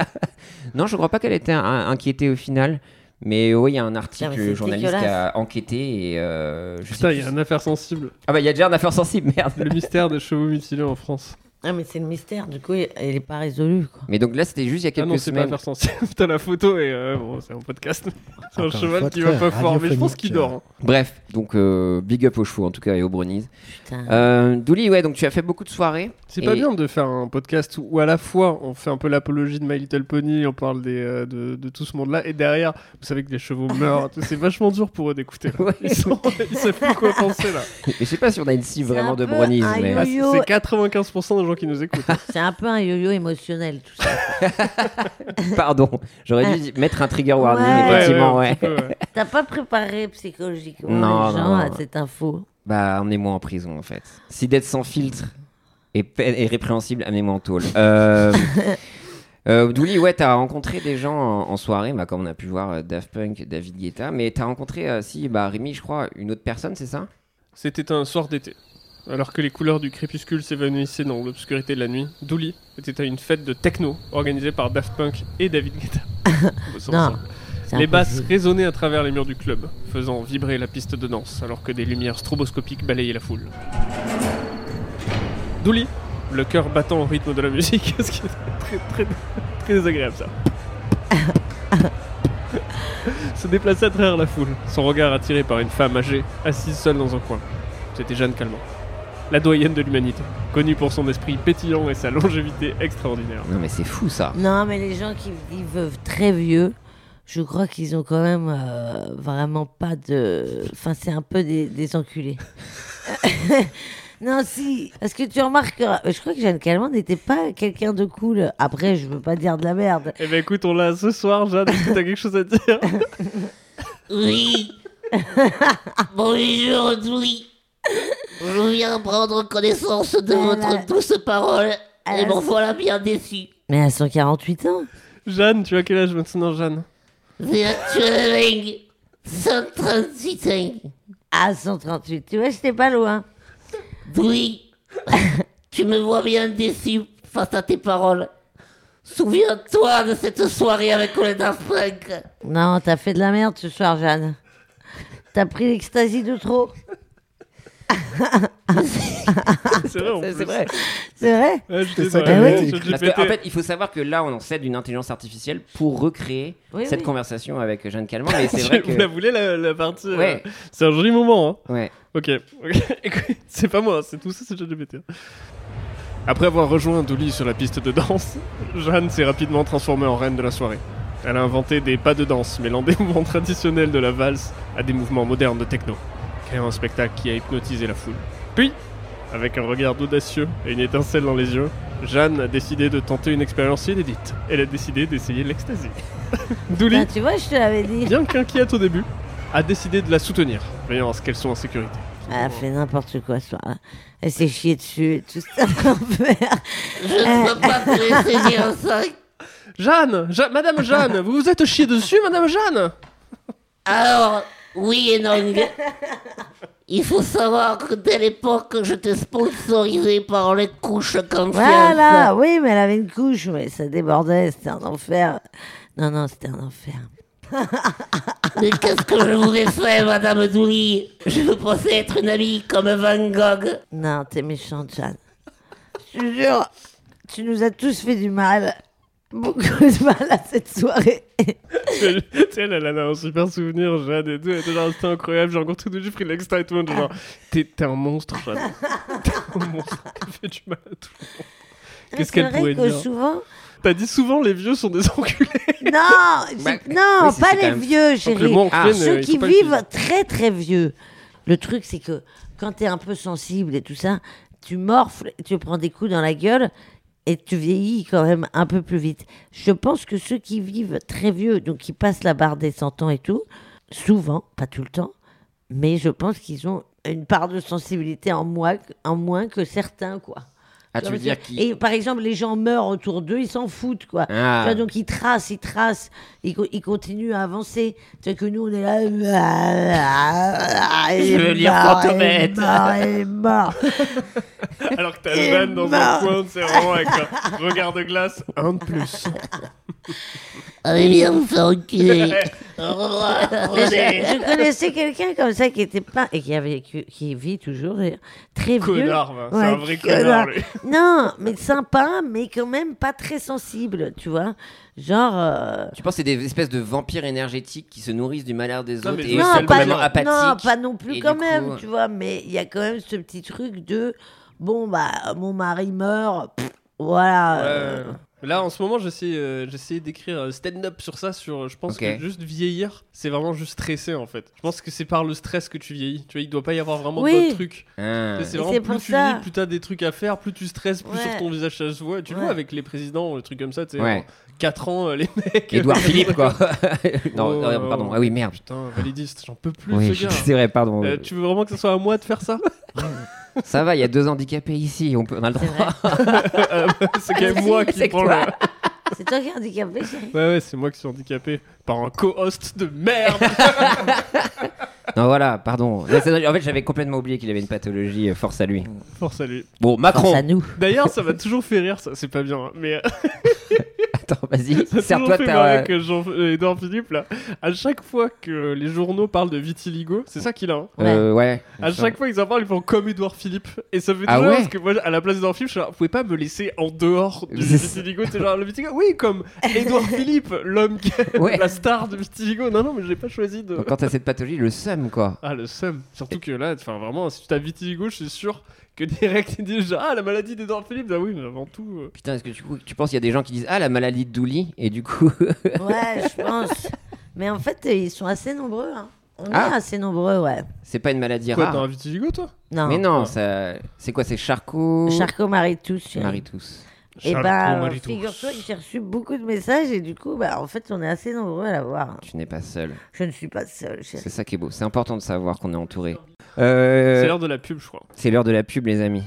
non, je crois pas qu'elle était in- inquiétée au final. Mais oui, il y a un
mais
article
c'est
journaliste qui a enquêté et. euh, je sais
Putain, il y
plus.
a une affaire sensible.
Ah bah, il y a déjà une affaire sensible, merde.
Le mystère des chevaux mutilés en France.
Ah, mais c'est le mystère, du coup, elle n'est pas résolue. Quoi.
Mais donc là, c'était juste il y a
Ah
quelques
non, c'est pas
semaines. Ah,
affaire sensible. Putain, la photo est. euh, bon, c'est un podcast. c'est un
Encore une
cheval
fois,
qui va
très
pas fort, mais je pense qu'il dort.
euh.
radiophonique,
hein.
Bref, donc euh, big up aux chevaux en tout cas et aux brownies.
Putain.
Ah.
Euh, Douli, ouais, donc tu as fait beaucoup de soirées.
C'est pas
Et-
bien de faire un podcast où, où à la fois on fait un peu l'apologie de My Little Pony, on parle des, euh, de, de tout ce monde-là, et derrière, vous savez que les chevaux meurent. tout, c'est vachement dur pour eux d'écouter. là.
Ouais.
Ils, sont, ils savent plus quoi penser là.
Mais je sais pas si on a une cible
C'est
vraiment
un
de
peu
brownies,
un
mais.
Bah, c'est
Yo-yo.
95% des gens qui nous écoutent. hein.
C'est un peu un yo-yo émotionnel, tout ça.
Pardon, j'aurais dû mettre un trigger warning,
Euh, Ouais. Ouais,
effectivement,
un
ouais.
petit peu, ouais.
T'as pas préparé psychologiquement
Non,
les
non,
gens
non.
à cette info.
Bah, emmenez-moi en prison en fait. Si d'être sans filtre est, pe- est répréhensible, amenez-moi en tôle. Euh... euh, Douli, ouais, t'as rencontré des gens en, en soirée, bah, comme on a pu voir euh, Daft Punk, David Guetta, mais t'as rencontré, euh, si, bah, Rémi, je crois, une autre personne, c'est ça
C'était un soir d'été. Alors que les couleurs du crépuscule s'évanouissaient dans l'obscurité de la nuit, Dooley était à une fête de techno organisée par Daft Punk et David Guetta. Au sens
Non,
simple.
C'est un
les
peu
basses
vieux.
résonnaient à travers les murs du club, faisant vibrer la piste de danse alors que des lumières stroboscopiques balayaient la foule. Dooley, le cœur battant au rythme de la musique, ce qui est très, très, très désagréable ça. se déplaçait à travers la foule, son regard attiré par une femme âgée, assise seule dans un coin. C'était Jeanne Calment, la doyenne de l'humanité, connue pour son esprit pétillant et sa longévité extraordinaire.
Non, mais c'est fou ça.
Non, mais les gens qui vivent très vieux, je crois qu'ils ont quand même euh, vraiment pas de. Enfin, c'est un peu des, des enculés. non, si. Parce que tu remarques, que- je crois que Jeanne Calment n'était pas quelqu'un de cool. Après, je veux pas dire de la merde.
Eh ben écoute, on l'a ce soir, Jeanne, est-ce que t'as quelque chose à dire
Oui. Bonjour, Douli. Je viens prendre connaissance de
Elle a-
votre douce parole.
elle
Et
a-
m'en voilà bien déçu.
Mais elles sont 48 ans.
Jeanne, tu as quel âge maintenant, Jeanne
The actualing 138 ans.
Ah, 138. Tu vois, j'étais pas loin.
Douli, tu me vois bien déçu face à tes paroles. Souviens-toi de cette soirée avec les Daft Punk.
Non, t'as fait de la merde ce soir, Jeanne. T'as pris l'extasie de trop.
C'est vrai, en
C'est
plus.
c'est vrai.
C'est vrai
Ouais, je
C'est ça
désolé,
qu'elle
avait
je
dit.
te dis
Ah Parce
pété.
qu'en fait, il faut savoir que là, on en cède une intelligence artificielle pour recréer
Oui,
cette
oui.
conversation avec Jeanne Calment. Mais c'est
Tu-
vrai
Vous la
que.
voulez, la, la partie euh,
Ouais.
C'est un joli moment, hein
Ouais.
Ok, ok. Écoute, c'est pas moi, hein, c'est tout ça, c'est ChatGPT. hein. Après avoir rejoint Dooley sur la piste de danse, Jeanne s'est rapidement transformée en reine de la soirée. Elle a inventé des pas de danse mêlant des mouvements traditionnels de la valse à des mouvements modernes de techno, créant un spectacle qui a hypnotisé la foule. Puis, avec un regard audacieux et une étincelle dans les yeux, Jeanne a décidé de tenter une expérience inédite. Elle a décidé d'essayer l'extasie. Dooley
Bah, Tu vois, je te l'avais dit.
bien qu'inquiète au début, a décidé de la soutenir, veillant à ce qu'elle soit en sécurité.
Elle a fait Ah, n'importe quoi ce soir-là. Elle s'est chiée dessus, tout ça l'enfer.
Je ne peux pas te laisser dire ça.
Jeanne, Ja- Madame Jeanne, vous vous êtes chié dessus, Madame Jeanne
Alors, oui et non. Il faut savoir que dès l'époque, j'étais sponsorisé par les couches confiance.
Voilà, oui, mais elle avait une couche, mais ça débordait, c'était un enfer. Non, non, c'était un enfer.
Mais qu'est-ce que je vous ai fait, Madame Douli Je vous pensais être une amie comme Van Gogh.
Non, t'es méchante, Jeanne. Je te jure, tu nous as tous fait du mal. Beaucoup de mal à cette soirée.
tu sais, elle, elle a un super souvenir, Jade et tout. Elle était genre, c'était incroyable. J'ai rencontré tout, j'ai pris l'excitement. de Genre, t'es t'es un monstre, Jade. T'es un monstre qui fait du mal à tout. Qu'est-ce qu'elle
Ah, C'est vrai
pourrait
que
dire
souvent,
T'as dit souvent, les vieux sont des enculés.
Non, c'est-
Bah,
non
oui, c'est-
pas
c'est quand
les
même-
Donc,
vieux,
le
chérie.
mot en
Ah.
fait,
Ceux
euh, il faut
qui
pas le
vivent très très vieux. Le truc, c'est que quand t'es un peu sensible et tout ça, tu morfles, tu prends des coups dans la gueule et tu vieillis quand même un peu plus vite. Je pense que ceux qui vivent très vieux, donc qui passent la barre des 100 ans et tout, souvent, pas tout le temps, mais je pense qu'ils ont une part de sensibilité en moins, en moins que certains, quoi.
Ah, tu veux dire qui
Et par exemple, les gens meurent autour d'eux, ils s'en foutent, quoi.
Ah.
Tu vois, donc ils tracent, ils tracent, ils, co- ils continuent à avancer. C'est que nous, on est là.
Je veux lire Fantomètre.
Il est mort, il est mort.
Alors que t'as
Et
Jeanne dans un
mort.
coin, c'est vraiment avec un regard de glace. Un de plus.
Allez, viens vous faire enculer.
Je connaissais quelqu'un comme ça qui était pas. et qui, a vécu, qui vit toujours, d'ailleurs, très vieux.
Connard, va. c'est
Ouais,
un vrai connard, lui.
Non, mais sympa, mais quand même pas très sensible, tu vois. Genre. euh,
Tu penses que c'est des espèces de vampires énergétiques qui se nourrissent du malheur des
Non,
autres
mais
et
non,
eux sont
pas
complètement
non.
apathiques
Non, pas non
Et
plus quand
du
même,
coup, euh,
tu vois, mais il y a quand même ce petit truc de bon, bah, mon mari meurt, pff, voilà. euh,
Ouais. Là, en ce moment, j'essaie, euh, j'essaie d'écrire euh, stand-up sur ça. Sur, euh, je pense
Ok.
que juste vieillir, c'est vraiment juste stresser en fait. Je pense que c'est par le stress que tu vieillis. Tu vois, il doit pas y avoir vraiment
Oui.
d'autres trucs.
hein.
Tu sais, C'est
Et
vraiment
c'est
plus
pour
tu
ça.
vis, plus t'as des trucs à faire, plus tu stresses, plus
Ouais.
sur ton visage ça se voit. Tu le
Ouais.
vois avec les présidents, les trucs comme ça. Tu sais,
Ouais.
4 ans, euh, les mecs.
Édouard Philippe, quoi. non,
Oh,
non, pardon. Ah oui, merde.
Putain, validiste, j'en peux plus,
Oui,
ce gars.
c'est vrai, pardon.
Euh, tu veux vraiment que ce soit à moi de faire ça
Ça va, il y a deux handicapés ici, on, peut, on a le
c'est
droit.
vrai.
Euh, C'est quand même moi qui
C'est
prends
toi.
le.
C'est toi qui es handicapé, chérie.
Ouais, ouais, c'est moi qui suis handicapé par un co-host de merde.
Non, voilà, pardon. Non, c'est- en fait, j'avais complètement oublié qu'il avait une pathologie, euh, force à lui.
Force à lui.
Bon,
Pense à
Macron
nous.
D'ailleurs, ça m'a toujours fait rire, ça, c'est pas bien, hein, mais euh,
Attends, vas-y,
ça m'a toujours
serre-toi
fait
ta.
marrer que Jean-Edouard Philippe, là, à chaque fois que les journaux parlent de vitiligo, c'est ça qu'il a, hein,
Euh, ouais.
à chaque fois qu'ils en parlent, ils font comme Edouard Philippe, et ça me fait
Ah
toujours rire,
ouais
parce que moi, à la place d'Edouard Philippe, je suis genre, vous pouvez pas me laisser en dehors du
C'est ça.
vitiligo, c'est genre, le vitiligo, oui, comme Edouard Philippe, l'homme qui
Ouais.
la star du vitiligo, non, non, mais j'ai pas choisi de...
Donc, quand t'as cette pathologie, le seum, quoi.
Ah, le seum. Surtout que là, enfin vraiment, si tu t'as vitiligo, je suis sûr que direct ils disent genre, Ah, la maladie d'Edouard Philippe. Ah oui, mais avant tout. euh.
Putain, est-ce que tu, tu penses qu'il y a des gens qui disent Ah, la maladie de Douli Et du coup.
Ouais, je pense. Mais en fait, euh, ils sont assez nombreux. hein. On
Ah.
est assez nombreux, ouais.
C'est pas une maladie
Quoi,
rare.
t'as un vitiligo, toi
Non.
Mais non, ça... c'est quoi C'est Charcot
Charcot marie tous, chérie.
Marie tous.
Et
Charcot
bah,
marie tous.
figure-toi que j'ai reçu beaucoup de messages et du coup, bah, en fait, on est assez nombreux à l'avoir.
Tu n'es pas seul.
Je ne suis pas seule, chérie.
C'est ça qui est beau. C'est important de savoir qu'on est entouré.
C'est
Euh,
l'heure de la pub, je crois.
C'est l'heure de la pub, les amis.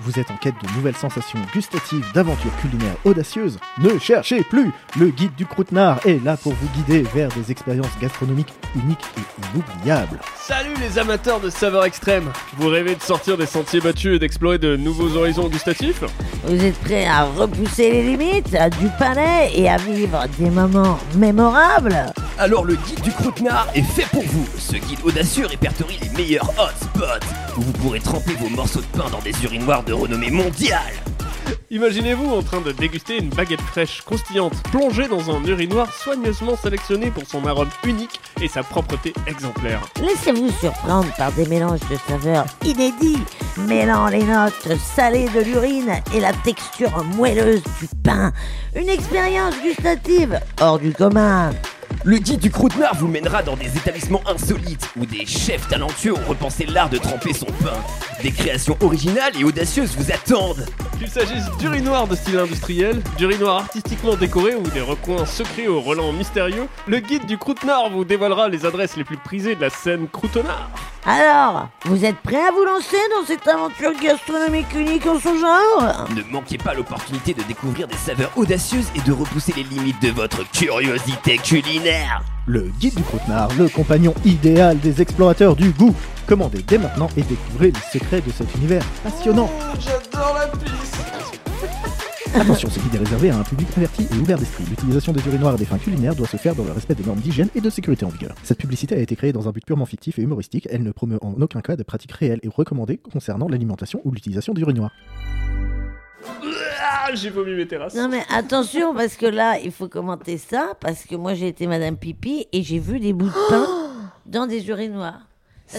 Vous êtes en quête de nouvelles sensations gustatives, d'aventures culinaires audacieuses Ne cherchez plus Le guide du Croûtenard est là pour vous guider vers des expériences gastronomiques uniques et inoubliables.
Salut les amateurs de saveurs extrêmes Vous rêvez de sortir des sentiers battus et d'explorer de nouveaux horizons gustatifs
Vous êtes prêts à repousser les limites du palais et à vivre des moments mémorables
Alors le guide du croquenard est fait pour vous. Ce guide audacieux répertorie les meilleurs hotspots où vous pourrez tremper vos morceaux de pain dans des urinoirs de renommée mondiale.
Imaginez-vous en train de déguster une baguette fraîche, croustillante, plongée dans un urinoir soigneusement sélectionné pour son arôme unique et sa propreté exemplaire.
Laissez-vous surprendre par des mélanges de saveurs inédits, mêlant les notes salées de l'urine et la texture moelleuse du pain. Une expérience gustative hors du commun.
Le guide du croûtenard vous mènera dans des établissements insolites où des chefs talentueux ont repensé l'art de tremper son pain. Des créations originales et audacieuses vous attendent.
Qu'il s'agisse d'urinoirs de style industriel, d'urinoirs artistiquement décorés ou des recoins secrets aux relents mystérieux, le guide du Croutenard vous dévoilera les adresses les plus prisées de la scène Croutenard.
Alors, vous êtes prêts à vous lancer dans cette aventure gastronomique unique en son genre
Ne manquez pas l'opportunité de découvrir des saveurs audacieuses et de repousser les limites de votre curiosité culinaire.
Le guide du Croûtenard, le compagnon idéal des explorateurs du goût Commandez dès maintenant et découvrez les secrets de cet univers passionnant
J'adore la piste
Attention, ce guide est réservé à un public averti et ouvert d'esprit. L'utilisation des urinoirs à des fins culinaires doit se faire dans le respect des normes d'hygiène et de sécurité en vigueur. Cette publicité a été créée dans un but purement fictif et humoristique. Elle ne promeut en aucun cas des pratiques réelles et recommandées concernant l'alimentation ou l'utilisation d'urinoirs.
Ah, j'ai vomi mes terrasses.
Non mais attention parce que là il faut commenter ça parce que moi j'ai été Madame Pipi et j'ai vu des bouts de pain dans des urinoirs. Ça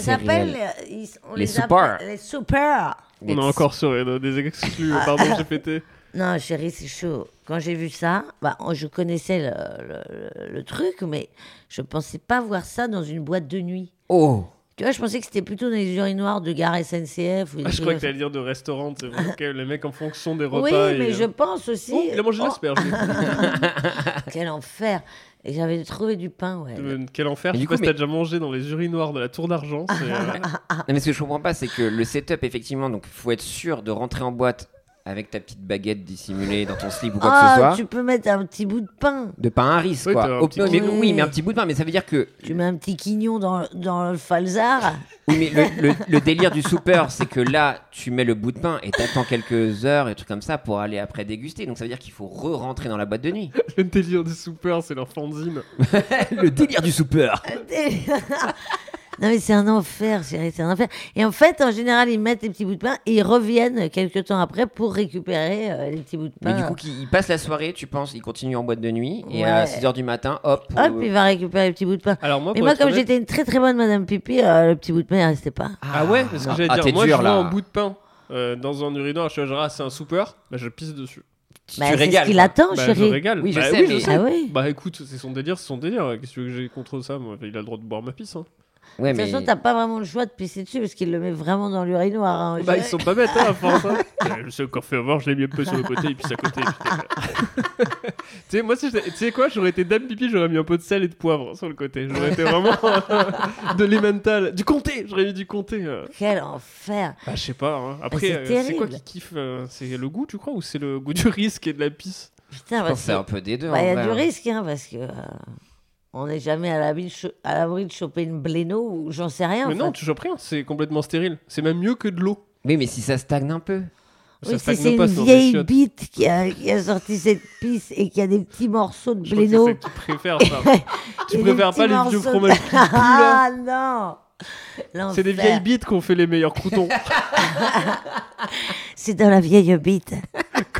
C'est
s'appelle
réel.
euh, ils- on
Les
appelle-
soupers.
Les soupers.
On est encore sur euh, des exclus. euh, Pardon, j'ai pété.
Non chérie c'est chaud. Quand j'ai vu ça, bah, on- je connaissais le, le- le- le truc mais je pensais pas voir ça dans une boîte de nuit.
Oh
Tu vois je pensais que c'était plutôt dans les urinoirs de gare SNCF ou. des
Ah, je
trucs
crois
comme
que t'allais dire de restaurant. C'est vrai que les mecs en fonction des
ça.
repas.
Oui
et,
mais
euh,
je pense aussi.
Oh, il a mangé
Oh,
l'asperge.
Quel enfer. Et j'avais trouvé du pain ouais.
Euh, Quel enfer.
Mais
Je sais
du coup,
pas si
mais-
t'as déjà mangé dans les urinoirs de la Tour d'Argent. c'est, euh,
Ah.
Non, mais ce que je comprends pas, c'est que le setup, effectivement, donc faut être sûr de rentrer en boîte avec ta petite baguette dissimulée dans ton slip ou quoi que ce
Ah
soit.
tu peux mettre un petit bout de pain.
De pas un risque,
Oui,
quoi.
t'as un
Au-
petit
non, mais,
coup.
oui, mais un petit bout de pain, mais ça veut dire que
Tu mets un petit quignon dans, dans le falzar.
Oui, mais le, le- le délire du souper, c'est que là, tu mets le bout de pain et t'attends quelques heures et trucs comme ça pour aller après déguster. Donc ça veut dire qu'il faut re-rentrer dans la boîte de nuit.
le délire des soupeurs, c'est leur fanzine.
le délire du souper.
non mais c'est un enfer, chérie, c'est un enfer. Et en fait, en général, ils mettent les petits bouts de pain et ils reviennent quelques temps après pour récupérer euh, les petits bouts de pain.
Mais du coup, il il passe la soirée, tu penses, il continue en boîte de nuit et à
Ouais. Ah,
6h du matin, hop.
Hop,
euh,
il va récupérer les petits bouts de pain.
Alors, moi,
Mais
pour
moi,
être
comme
honnête-
j'étais une très très bonne Madame Pipi, euh, le petit bout de pain, il restait pas.
Ah ouais Parce que
non.
j'allais
Ah,
dire,
t'es
moi
dur,
je vois
là.
un bout de pain euh, dans un urinoir, je suis là, genre, ah, c'est un soupeur, bah je pisse dessus.
tu
Bah, c'est ce
régales.
qu'il attend,
bah, je
chérie.
régale.
Oui, je
Bah
sais, mais-
Ah oui.
Bah écoute, c'est son délire, c'est son délire. Qu'est-ce que tu veux que j'ai contre ça moi Il a le droit de boire ma pisse. Hein.
Ouais,
De toute
mais...
façon, t'as pas vraiment le choix de pisser dessus parce qu'il le met vraiment dans l'urinoir. hein,
Bah
chérie.
ils sont pas bêtes, hein, à force. Hein. Euh, je me suis encore fait avoir, je l'ai mis un peu sur le côté et puis à côté. putain. tu sais, moi, si j'étais- tu sais quoi, j'aurais été dame pipi, j'aurais mis un peu de sel et de poivre sur le côté. J'aurais été vraiment de l'emmental. Du comté J'aurais mis du comté. euh.
Quel enfer.
Bah je sais pas. hein. Après,
c'est
euh, c'est quoi
terrible.
qui kiffe euh, C'est le goût, tu crois Ou c'est le goût du risque et de la pisse
Je
Putain, parce
pense que c'est
que-
un peu des deux.
Bah,
en
Il y a
vrai,
du
hein.
risque, hein, parce que euh, on n'est jamais à l'abri de, cho- à l'abri de choper une bléno ou j'en sais rien.
Mais
en
non,
fait.
tu chopes rien, c'est complètement stérile. C'est même mieux que de l'eau.
Oui, mais si ça stagne un peu.
Ça
Oui, si
stagne
c'est
pas
une
sur des
vieille
chiottes.
bite qui a, qui a sorti cette pisse et qui a des petits morceaux de
Je crois que c'est
bléno.
ça que tu préfères, ça. tu
et des
préfères pas les
petits
vieux
morceaux de-
fromages qui puent, là
Ah non
C'est des
L'enfer.
vieilles bites qu'on fait les meilleurs croutons.
C'est dans la vieille bite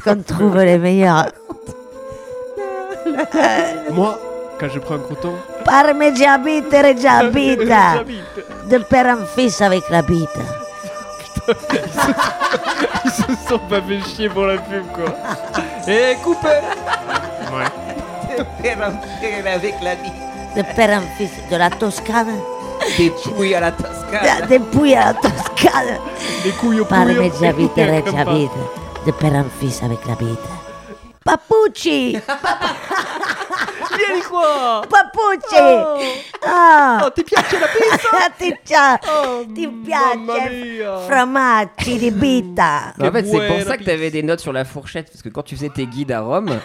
qu'on trouve les meilleurs.
Moi, quand je prends un crouton,
Parmigiana bite, reggia
la
bite,
bite.
de père en fils avec la bite.
ils se sont pas fait chier pour la pub, quoi.
Et coupe
Ouais.
Eh ben, avec la vie.
De père en fils, de la Toscane,
Des couilles à la Toscane.
de- des Pouilles à la Toscane.
Les couilles au
Parme
pouilleux.
già vite,
Comme
reggia
pas.
vite, de père en fils avec la bite. Papucci
Viens, quoi
Papucci Ah,
Oh, Ti piace la pizza Oh,
ti, cia- ti
Mamma
piace
mia
Fromaggi di bita
Mais en fait, c'est pour
Ouais,
ça
la
que t'avais des notes sur la fourchette, parce que quand tu faisais tes guides à Rome,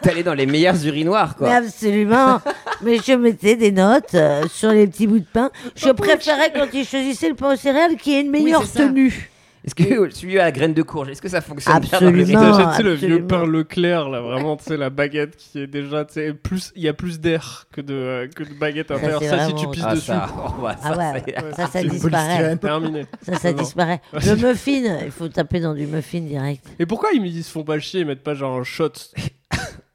t'allais dans les meilleurs urinoirs,
Mais
quoi.
absolument Mais je mettais des notes euh, sur les petits bouts de pain. Je préférais quand ils choisissaient le pain aux céréales qui est une meilleure
c'est ça.
tenue.
Est-ce que celui à la graine de courge, est-ce que ça fonctionne bien dans le
Absolument.
Ils
Non,
achètent, tu sais, le vieux
absolument.
pain Leclerc, là, vraiment, tu sais, la baguette qui est déjà, tu sais, plus, il y a plus d'air que de, euh, que de baguette à
Ça,
l'intérieur.
c'est
Ça, si
vraiment-
tu pisses
Ah,
dessus,
ça, oh, bah,
Ah
ça,
ouais,
c'est-
ça, ça
c'est une
disparaît.
terminé.
Ça, ça
Non.
disparaît. Le muffin, il faut taper dans du muffin direct.
Et pourquoi ils, ils se font pas chier, ils mettent pas genre un shot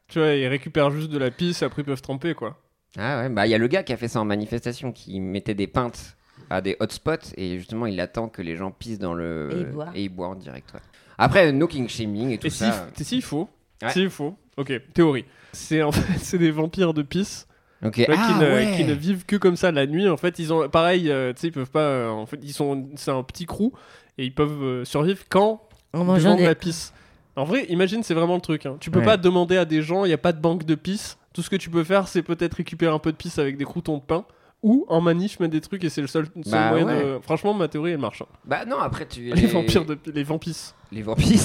Tu vois, ils récupèrent juste de la pisse, après ils peuvent tremper quoi.
Ah ouais, bah il y a le gars qui a fait ça en manifestation, qui mettait des pintes à des hotspots et justement il attend que les gens pissent dans le
Et il boit.
et il boit en direct. ouais. Après no king shaming et tout
Et si,
ça.
et s'il faut,
Ouais.
s'il faut, ok, théorie. C'est en fait, c'est des vampires de pisse
Ok.
tu vois,
Ah,
Bah, qui, ne,
ouais.
qui ne vivent que comme ça la nuit. En fait, ils ont pareil, euh, tu sais, ils peuvent pas. euh, en fait, ils sont, c'est un petit crew et ils peuvent euh, survivre quand
En
devant
mangeant
de la
des...
pisse. En vrai, imagine, c'est vraiment le truc. hein. Tu peux
Ouais.
pas demander à des gens, il n'y a pas de banque de pisse. Tout ce que tu peux faire, c'est peut-être récupérer un peu de pisse avec des croutons de pain. Ou en manif, mettre des trucs et c'est le seul, seul
Bah
moyen
ouais.
de. Franchement, ma théorie, elle marche. hein.
Bah non après tu
Les vampires de pi- les vampires.
les vampires.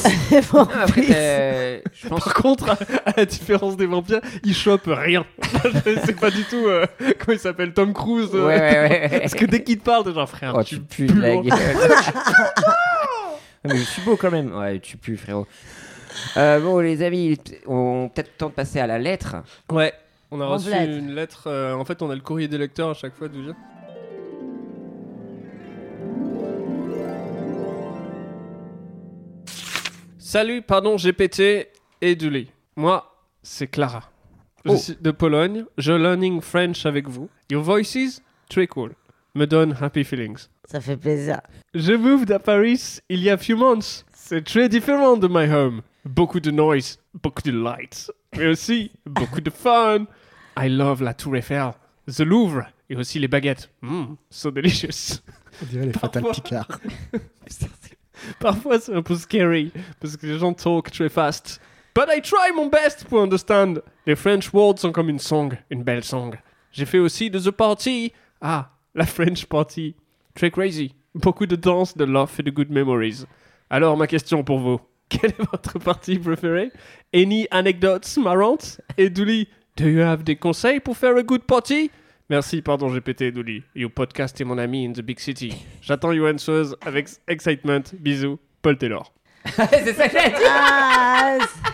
Bon,
Non, après t'es- je pense.
Par contre, à, à la différence des vampires, ils chopent rien. c'est pas du tout euh, comment il s'appelle Tom Cruise.
Ouais
euh,
ouais ouais.
Parce que dès qu'il te parle, t'es genre frère,
Oh
tu,
tu pues
pues
de la
loin.
gueule. Ah, Mais je suis beau quand même. Ouais tu pues frérot. Euh, bon, les amis, on peut-être le temps de passer à la lettre.
Ouais. On a
En
reçu
vlad.
une lettre. euh, en fait, on a le courrier des lecteurs à chaque fois, d'où vient. Salut, pardon, j'ai pété et du lit. Moi, c'est Clara. Je
Oh.
suis de Pologne. Je learning French avec vous. Your voices, très cool. Me donne happy feelings.
Ça fait plaisir.
Je moved à Paris il y a few months. C'est très différent de my home. Beaucoup de noise, beaucoup de lights, mais aussi beaucoup de fun. I love la Tour Eiffel, the Louvre et aussi les baguettes. Mm, so delicious.
On dirait les Fatal
Parfois.
Picard.
Parfois c'est un peu scary parce que les gens talk très fast. But I try mon best pour understand. Les French words sont comme une song, une belle song. J'ai fait aussi de The Party. Ah, la French Party. Très crazy. Beaucoup de danse, de love et de good memories. Alors ma question pour vous. Quelle est votre partie préférée Any anecdotes marrantes Et Dooley, do you have des conseils pour faire a good party Merci, pardon, j'ai pété, Dooley. Your podcast est mon ami in the big city. J'attends your answers avec excitement. Bisous, Paul Taylor.
c'est ça que j'allais dire.
Ah, c'est-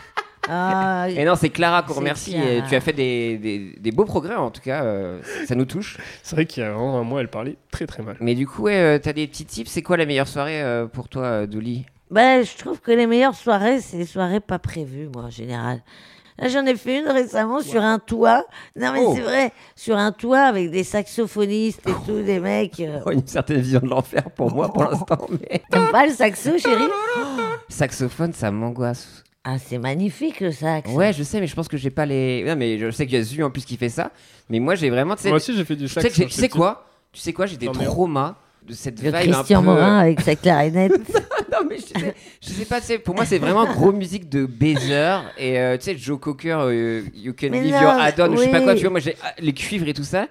ah,
Et non, c'est Clara qu'on
C'est
remercie.
Clara.
Et Tu as fait des, des- des beaux progrès, en tout cas. euh, ça nous touche.
C'est vrai qu'il y a vraiment un mois, elle parlait très très mal.
Mais du coup, ouais, euh, t'as des petits tips. C'est quoi la meilleure soirée euh, pour toi, euh, Douli
Ben, je trouve que les meilleures soirées, c'est les soirées pas prévues, moi, en général. Là, j'en ai fait une récemment sur un toit. Non, mais
Oh.
c'est vrai, sur un toit avec des saxophonistes et tout, des mecs. euh,
Une certaine vision de l'enfer pour moi, pour l'instant. Mais...
T'aimes pas le saxo, chérie
Saxophone, ça m'angoisse.
Ah, c'est magnifique le sax.
Ouais, je sais, mais je pense que j'ai pas les. Non, mais je sais qu'il y a Zu en plus qui fait ça. Mais moi, j'ai vraiment. tu sais-
Moi aussi, j'ai fait du
tu sais
sax.
que j'ai-
quand
tu
j'étais
sais
petit.
quoi Tu sais quoi J'ai des
Non, mais-
traumas de cette
Le
vibe un
Christian
peu- euh,
Morin avec sa clarinette.
Non, mais je sais, je sais pas, c'est- pour moi c'est vraiment gros musique de baiser et euh, tu sais Joe Cocker, euh, You Can
Mais
Leave
non,
Your Add-on, ou je sais pas
oui.
quoi, tu vois, moi j'ai ah, les cuivres et tout ça,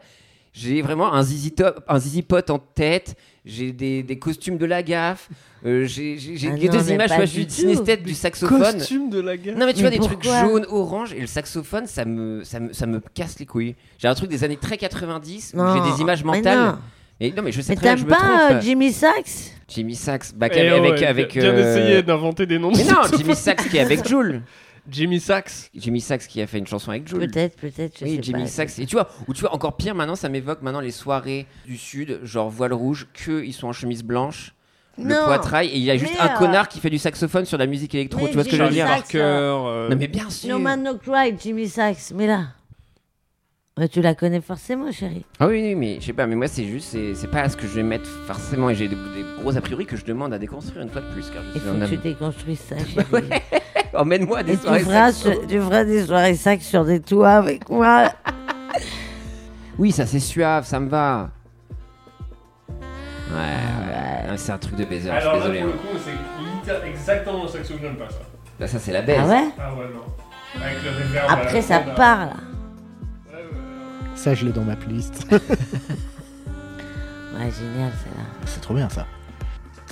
j'ai vraiment un zizi, top, un zizi pot en tête, j'ai des, des costumes de la gaffe, euh, j'ai j'ai- j'ai
Ah
les
non,
deux
mais
images,
pas
tu vois, je
du
suis
tout.
synesthète du saxophone.
Costume de la guerre.
Non mais tu
Mais
vois des trucs
pourquoi
jaunes, orange et le saxophone ça me ça me, ça me casse les couilles. J'ai un truc des années très 90 où
Non,
j'ai des images
mais
mentales.
non.
Et non mais je sais
Mais
très bien que
t'aimes
je me
pas euh,
trompe.
Jimmy Sax
Jimmy Sachs, bah,
Eh
avec
ouais,
avec
bien-
avec,
bien
euh,
essayé d'inventer des noms. de
mais non,
saxophones.
Jimmy Sachs qui est avec Joule.
Jimmy Sachs.
Jimmy Sachs qui a fait une chanson avec Joule.
Peut-être, peut-être, je
Oui,
sais
Jimmy
pas.
Sachs. Et tu vois, ou tu vois, encore pire maintenant, ça m'évoque maintenant les soirées du Sud, genre voile rouge, que ils sont en chemise blanche, le
Non.
poitrail, et il y a juste
Mais,
un
euh,
connard qui fait du saxophone sur de la musique électro.
mais
Tu vois ce que je veux
Jimmy
Charlie
dire
Sachs.
Parker. euh,
hein. Non, mais bien sûr.
No Man No Cry, Jimmy Sax, mais là. Ouais, tu la connais forcément, chérie.
Ah oui, oui, mais je sais pas, mais moi c'est juste, c'est- c'est pas ce que je vais mettre forcément, et j'ai des, des gros a priori que je demande à déconstruire une fois de plus, car je
Il
suis
faut
un
que tu
homme.
déconstruises ça, chérie.
Emmène-moi à
Et
des
tu
Bah soirées.
feras,
saxo.
ce- tu feras des soirées sacs sur des toits avec moi.
Oui, ça c'est suave, ça me va. Ouais, ouais, ouais, c'est un truc de baiser, je suis désolé. hein.
coup, c'est exactement le saxo que j'aime pas, ça.
Là, ça c'est la baisse.
Ah ouais
Ah ouais, non. Avec le euh, réverb.
Après, ça part, là.
Ça, je l'ai dans ma playlist.
Ouais, génial, celle-là.
C'est trop bien, ça.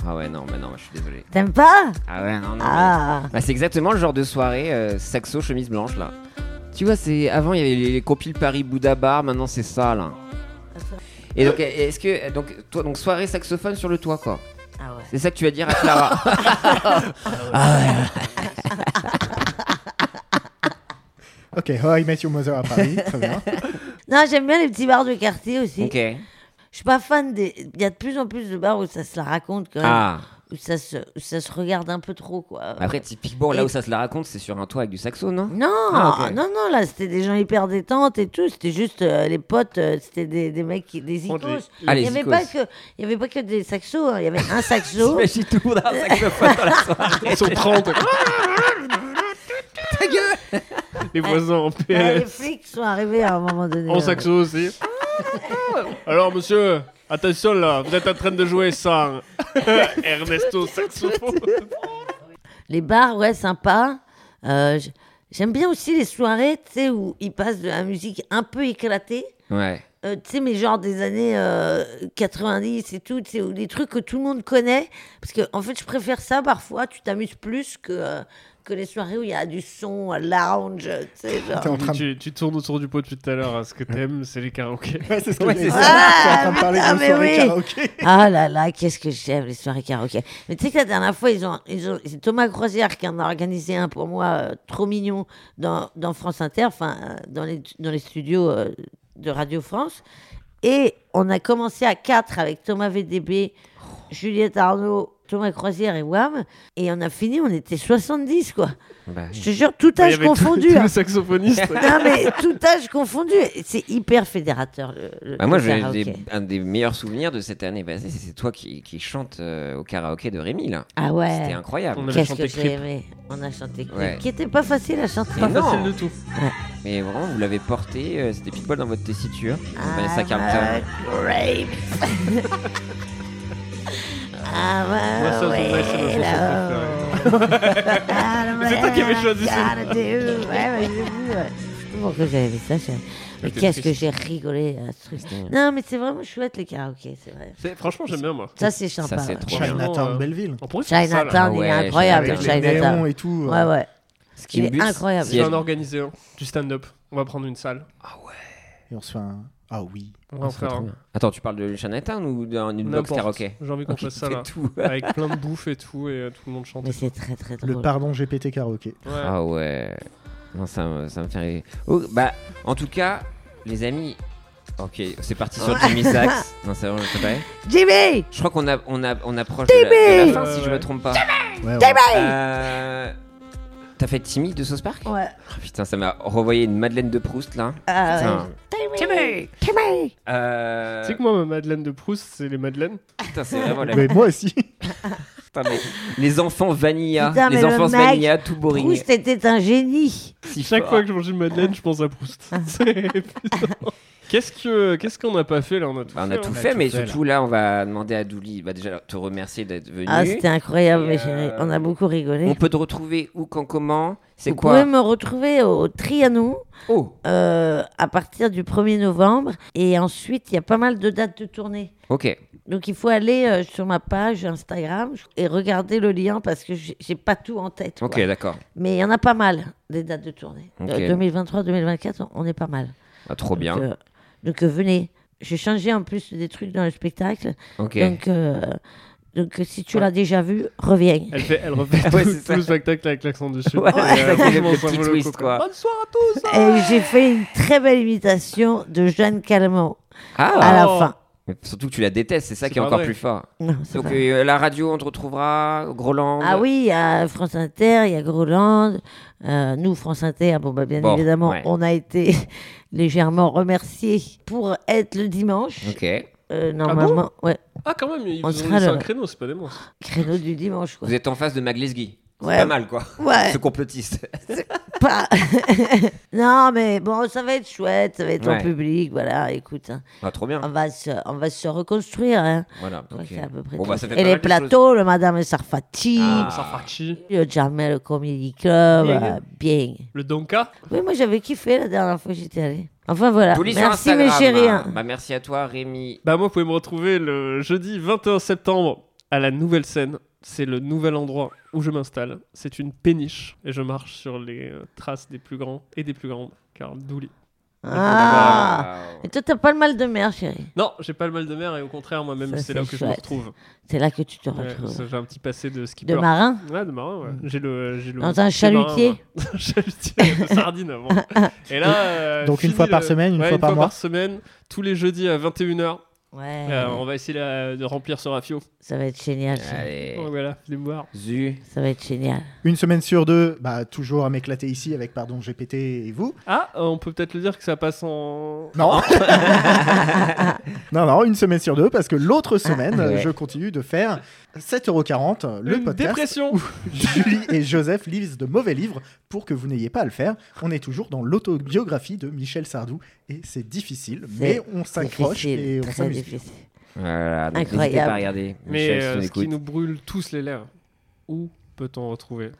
Ah ouais, non, mais non, je suis désolé.
T'aimes pas
Ah ouais, non, non. mais-
Ah
Bah, c'est exactement le genre de soirée euh, saxo chemise blanche là. Tu vois, c'est avant il y avait les, les compiles Paris Bouddha Bar, maintenant c'est ça là. Et donc euh, est-ce que donc toi donc soirée saxophone sur le toit quoi.
Ah ouais.
C'est ça que tu vas dire à Clara.
Ok, How I Met Your Mother à Paris. Très bien.
Non, j'aime bien les petits bars de quartier aussi.
ok.
Je suis pas fan des. Il y a de plus en plus de bars où ça se la raconte quand même.
Ah.
Où, ça se... où ça se regarde un peu trop, quoi.
Après typiquement là où ça se la raconte, c'est sur un toit avec du saxo, non
Non,
Ah, ok.
non, non, là, c'était des gens hyper détentes et tout. C'était juste euh, les potes, euh, c'était des, des mecs, qui- des
Oh,
icos.
des-
Ah,
Il
les
n'y avait,
icos.
pas que- il y avait pas que des saxos, hein. il y avait un saxo.
T'imagines tout le monde a un saxophone dans la
Ils sont 30. Les voisins en
Ah, les
PS.
flics sont arrivés à un moment donné. euh,
En
ouais.
saxo aussi. Alors monsieur, attention là, vous êtes en train de jouer sans Ernesto saxophone.
Les bars, ouais, sympa. Euh, j- J'aime bien aussi les soirées, tu sais, où ils passent de la musique un peu éclatée
Ouais.
euh, tu sais, mais genre des années euh, 90 et tout, tu sais, ou des trucs que tout le monde connaît. Parce que, en fait, je préfère ça parfois, tu t'amuses plus que, euh, que les soirées où il y a du son, euh, lounge, euh, tu sais, genre.
T'es en train de...
Tu, tu tournes autour du pot depuis tout à l'heure. hein. Ce que t'aimes, c'est les karaokés.
Ouais, c'est ce que
Ouais,
je
c'est
voulais
ça.
dire. T'es en train de
Ah,
parler d'une
mais
soirée
oui.
karaoké.
Ah là là, qu'est-ce que j'aime les soirées karaoké. Mais tu sais que la dernière fois, ils ont, ils ont- c'est Thomas Croisière qui en a organisé un pour moi euh, trop mignon dans, dans France Inter, enfin euh, dans les, dans les studios euh, de Radio France. Et on a commencé à 4 avec Thomas VDB, Juliette Arnaud, Thomas Croisière et Wam. Et on a fini, on était 70 quoi. Je te jure, tout
Bah, il y
âge
avait tous-
confondu.
Tous
hein.
les saxophonistes.
Non mais tout âge confondu. C'est hyper fédérateur le, le-
Bah, moi,
le
j'ai
karaoké.
des- un des meilleurs souvenirs de cette année passée, c'est toi qui, qui chante euh, au karaoké de Rémi, là.
Ah ouais.
C'était incroyable.
On avait
Qu'est-ce
chanté
que j'ai
Creep.
aimé On a chanté Creep,
Ouais.
qui était pas facile à chanter.
Pas
Mais non.
facile de tout.
Mais vraiment, vous l'avez porté, euh, c'était pile poil dans votre tessiture.
Ah,
Vanessa
I'm
Carlton.
a grape. I'm a
Moi, ça, c'est vrai, c'est ma chanson
widow.
C'est toi qui avais choisi
I'm
ça.
gonna do. Ouais, bah, j'ai vu, ouais. Je sais pas pourquoi j'avais mis ça. je- Mais
J'étais
qu'est-ce que
triste.
j'ai rigolé à ce truc. Non, mais c'est vraiment chouette les karaokés, c'est vrai.
C'est- Franchement, j'aime bien moi.
Ça, c'est
Ça,
sympa.
c'est
ouais.
trop bien.
Chinatown
euh,
Belleville.
On pourrait faire hein. ça. là.
Chinatown, il est
Ah ouais,
incroyable,
Avec
Chinatown.
les néons
Chinatown.
et tout. euh,
hein.
Ouais, ouais.
Ce
Il
me
est
bute,
incroyable.
c'est- Ah,
Si on en organise un, hein, du stand-up, on va prendre une salle.
Et on se fait un... Ah oui.
On va en
Ça serait
faire
trop
un.
bien. Attends, tu parles de Chinatown ou d'un box
hein. N'importe.
karaoké
J'ai envie qu'on fasse ça
Fais
là.
tout.
Avec plein de bouffe et tout, et euh, tout le monde chante.
Mais c'est très, très drôle.
Le pardon GPT karaoké.
Ouais.
Ah ouais. Non, ça, me- ça me fait rire. Oh, bah, en tout cas, les amis. Ok, c'est parti sur Jimmy Sachs. Non, c'est vraiment, je sais pas.
Jimmy
Je crois qu'on a, on a, on approche de la, de la
Timmy
fin,
Ouais,
si je
ouais.
me trompe pas.
Ah,
Ouais, ouais.
Euh, T'as fait Timmy de Sauce Park
Ouais.
Oh, Putain, ça m'a renvoyé une Madeleine de Proust là.
Ah,
Putain.
ouais. Timmy Timmy
Euh,
Tu sais que moi, ma Madeleine de Proust, c'est les Madeleines.
Putain, c'est vraiment la.
Mais moi aussi.
Putain, mais les enfants Vanilla,
Putain, mais
les
le
enfants
mec,
Vanilla, tout boring.
Proust était un génie.
Si
Chaque
fort.
fois que je mange une Madeleine, je pense à Proust.
Ah.
C'est épuisant. Qu'est-ce que qu'est-ce qu'on n'a pas fait là On a tout
Bah, on
fait.
a tout
hein.
fait, mais
fait, là.
surtout là, on va demander à Douli. Bah, déjà, te remercier d'être venu.
Ah, c'était incroyable,
Et,
mes chéris.
euh,
On a beaucoup rigolé.
on peut te retrouver où, quand, comment C'est
Vous
quoi
pouvez me retrouver au Trianon
Oh,
euh, à partir du 1er novembre. Et ensuite, il y a pas mal de dates de tournée.
ok.
Donc, il faut aller euh, sur ma page Instagram et regarder le lien parce que j'ai j'ai pas tout en tête.
Ok,
quoi.
d'accord.
Mais il y en a pas mal des dates de tournée.
Ok.
Euh, 2023-2024, on- on est pas mal.
Ah, trop
Donc,
bien.
euh, donc, euh, venez. J'ai changé en plus des trucs dans le spectacle.
Ok.
Donc, euh, donc euh, si tu l'as déjà vu, reviens.
Elle, fait, elle refait
Ouais,
tout,
c'est
tout
ça.
le spectacle avec l'accent du sud.
Ouais,
Et, euh,
c'est ça qui est le
franchement, ça
petit
vaut le
twist,
coup,
quoi.
Et j'ai fait une très belle imitation de Jeanne Calment à
Ah
la
Oh.
fin.
Mais Surtout que tu la détestes, c'est ça
C'est
qui est
pas
encore
vrai.
plus fort.
Non, c'est
Donc,
pas-
euh, la radio, on te retrouvera, au Groland.
Ah oui, il y a France Inter, il y a Groland. Euh, nous, France Inter, bon, bah, bien
Bon,
évidemment,
ouais.
on a été légèrement remerciés pour être le dimanche.
Ok.
Euh, normalement, ouais,
Ah, quand même, ils
On
vous ont
sera
laissé
le-
un créneau, c'est pas des monstres.
créneau du dimanche. Quoi.
Vous êtes en face de Maglesguy. C'est
Ouais.
Pas mal, quoi.
Ouais.
Ce complotiste.
pas. non, mais bon, ça va être chouette, ça va être
Ouais.
en public, voilà, écoute. hein.
Ah, trop bien.
On, va se, on va se reconstruire, hein.
Voilà.
Ouais,
ok.
c'est à peu près
Bon,
tout.
bah, ça fait
Et
pas
les
mal de choses.
plateaux, le Madame Sarfati,
Ah.
Sarfachi,
le Jamel Comedy Club,
Bien.
euh, bien.
le Donka.
Oui, moi j'avais kiffé la dernière fois que j'étais allée. Enfin voilà,
Douli sur
merci
Instagram.
mes chéris. hein.
Bah, merci à toi, Rémi.
Bah, moi, vous pouvez me retrouver le jeudi 21 septembre à la nouvelle scène. C'est le nouvel endroit où je m'installe. C'est une péniche et je marche sur les euh, traces des plus grands et des plus grandes. Car Douli.
Ah.
Wow.
Et toi, t'as pas le mal de mer, chérie.
Non, j'ai pas le mal de mer et au contraire, moi-même,
Ça,
c'est là
c'est
que je me
chouette.
retrouve.
C'est là que tu te
Ouais,
retrouves.
ça, j'ai un petit passé de skipper.
de marin
Ouais, de marin, ouais. J'ai le, j'ai le.
Dans un
petit marin,
chalutier.
ouais. hein, Un chalutier de sardines avant. Et là. euh,
Donc une
fini
fois par
le-
semaine, une
ouais,
fois par mois.
semaine, tous les jeudis à 21h.
Ouais,
euh, on va essayer là, de remplir ce rafio.
ça va être génial. ça.
Allez.
Oh, voilà, venez me voir.
Zu.
Ça va être génial.
Une semaine sur deux, bah, toujours à m'éclater ici avec Pardon GPT et vous.
Ah, euh, on peut peut-être le dire que ça passe en.
Non. non, non, une semaine sur deux, parce que l'autre semaine,
Ouais.
je continue de faire 7,40€ le
Une
podcast.
dépression
Julie et Joseph lisent de mauvais livres pour que vous n'ayez pas à le faire. On est toujours dans l'autobiographie de Michel Sardou et c'est difficile, mais
C'est
on s'accroche
Difficile,
et on
très
s'amuse.
difficile.
Voilà, donc n'hésitez
Incroyable.
pas à regarder.
Mais
Michel, si
euh,
tu
ce qui
écoutes.
nous brûle tous les lèvres, où peut-on retrouver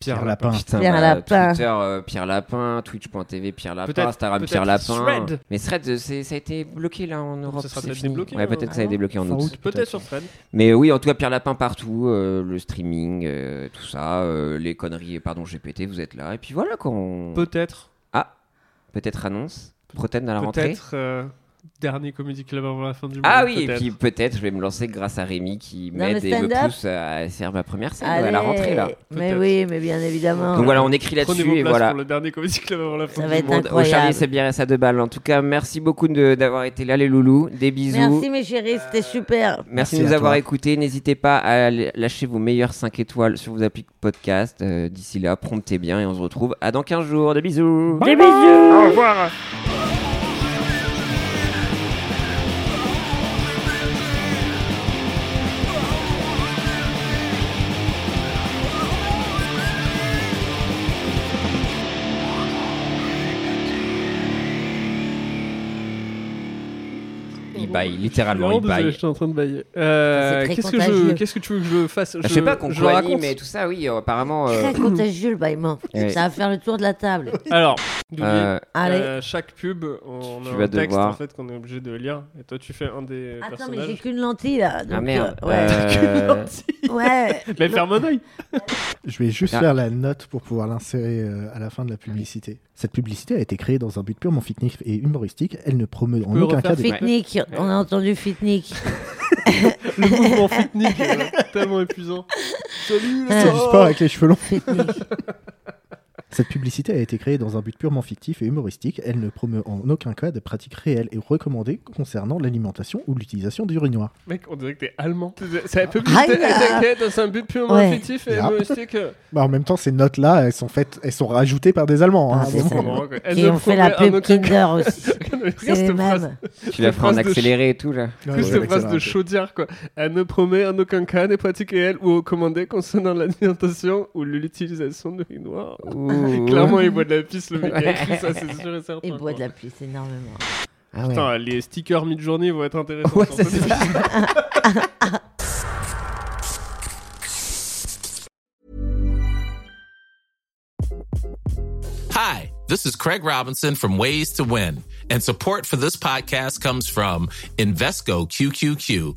Pierre Lapin.
Putain,
Pierre
bah,
Lapin.
Twitter, euh, Pierre Lapin, Twitch.tv, Pierre Lapin,
Peut-être-
Instagram,
peut-être
Pierre Lapin.
Thread.
Mais Thread, euh, c'est- ça a été bloqué là en Europe.
Ça sera
c'est
peut-être
fini.
débloqué,
Ouais,
hein.
peut-être que ça a
Ah
été débloqué en
Fin
août.
août,
Peut-être sur Fred.
Mais oui, en tout cas, Pierre Lapin partout, euh, le streaming, euh, tout ça, euh, les conneries, pardon, GPT, vous êtes là. Et puis voilà, quand on...
Peut-être.
peut-être annonce, prothène dans la rentrée.
Peut-être. euh, Dernier Comedy Club avant la fin du mois.
Ah oui, et
peut-être.
puis peut-être je vais me lancer grâce à Rémi qui
Dans le
m'aide et me
stand-up.
pousse à faire ma première scène à la rentrée là.
Mais
Peut-être.
oui, mais bien évidemment.
Donc voilà, on écrit
Ah, Prenez
là-dessus
vos
et
places
voilà.
pour le dernier Comedy Club avant la fin
Ça
du
va être
mois.
Monde au Charlie,
incroyable.
c'est bien ça de balles. En tout cas, merci beaucoup de- d'avoir été là, les loulous. Des bisous.
Merci mes chéris, c'était
Euh,
super.
Merci
Merci
de nous
à
avoir
toi.
écoutés. N'hésitez pas à l- lâcher vos meilleures 5 étoiles sur vos applis de podcast. Euh, D'ici là, promptez bien et on se retrouve à dans 15 jours. Des bisous.
Des bisous.
Au revoir.
Il baille, littéralement,
Vraiment
il
désolé,
baille.
J'étais en train de bailler. Euh,
C'est très
Qu'est-ce que je,
contagieux.
qu'est-ce que tu veux que Bah, je fasse
Ah, Je sais pas qu'on
je le raconte.
mais tout ça, oui, euh, apparemment. euh,
Très contagieux le bâillement.
Ouais.
Ça va faire le tour de la table.
Alors, Dougie,
euh,
Allez.
euh, chaque pub, on
Tu
a
vas
un texte
devoir.
en fait qu'on est obligé de lire. Et toi, tu fais un des
Attends, mais j'ai
personnages.
qu'une lentille là. donc,
ah merde.
euh, ouais.
Euh,
Ouais.
Mais, ferme un œil.
Je vais juste
Ah.
faire la note pour pouvoir l'insérer euh, à la fin de la publicité. Cette publicité a été créée dans un but purement fictif et humoristique. Elle ne promeut en
peux
aucun
refaire
cas des...
Ouais.
Fitnik, on a entendu Fitnik.
Le mouvement technique est tellement épuisant. Salut.
Euh,
les
C'est du sport avec les cheveux longs.
Fitnik.
Cette publicité a été créée dans un but purement fictif et humoristique. Elle ne promeut en aucun cas de pratiques réelles et recommandées concernant l'alimentation ou l'utilisation d'urinoir.
Mec, on dirait que t'es allemand. C'est la publicité.
Aïe,
elle
là.
était dans un but purement
Ouais.
fictif et
Yeah.
humoristique. euh,
Bah, en même temps, ces notes-là, elles sont faites, elles sont rajoutées par des Allemands. hein,
Ah,
à un
c'est
moment.
ça.
vraiment, quoi. Elle
Qui
ne
ont fait la
promet en
pub
aucun-
Kinder aussi.
Regarde
C'est les
cette phrase.
mêmes.
tu la feras en
Phrase de
accéléré et tout, là.
Ouais,
Plus
ouais,
de
ouais,
phrases
ça
de
va.
chaudière, quoi. Elle ne promet en aucun cas des pratiques réelles ou recommandées concernant l'alimentation ou l'utilisation de noir.
Ouh.
Clairement, il boit de la pisse, le mec qui a écrit ça, c'est sûr et certain.
Il boit de
quoi.
la pisse énormément.
Ah ouais.
Putain, les stickers mid-journée vont être intéressants.
Ouais,
sur
c'est
cette
ça.
Hi, this is Craig Robinson from Ways to Win, and support for this podcast comes from Invesco QQQ,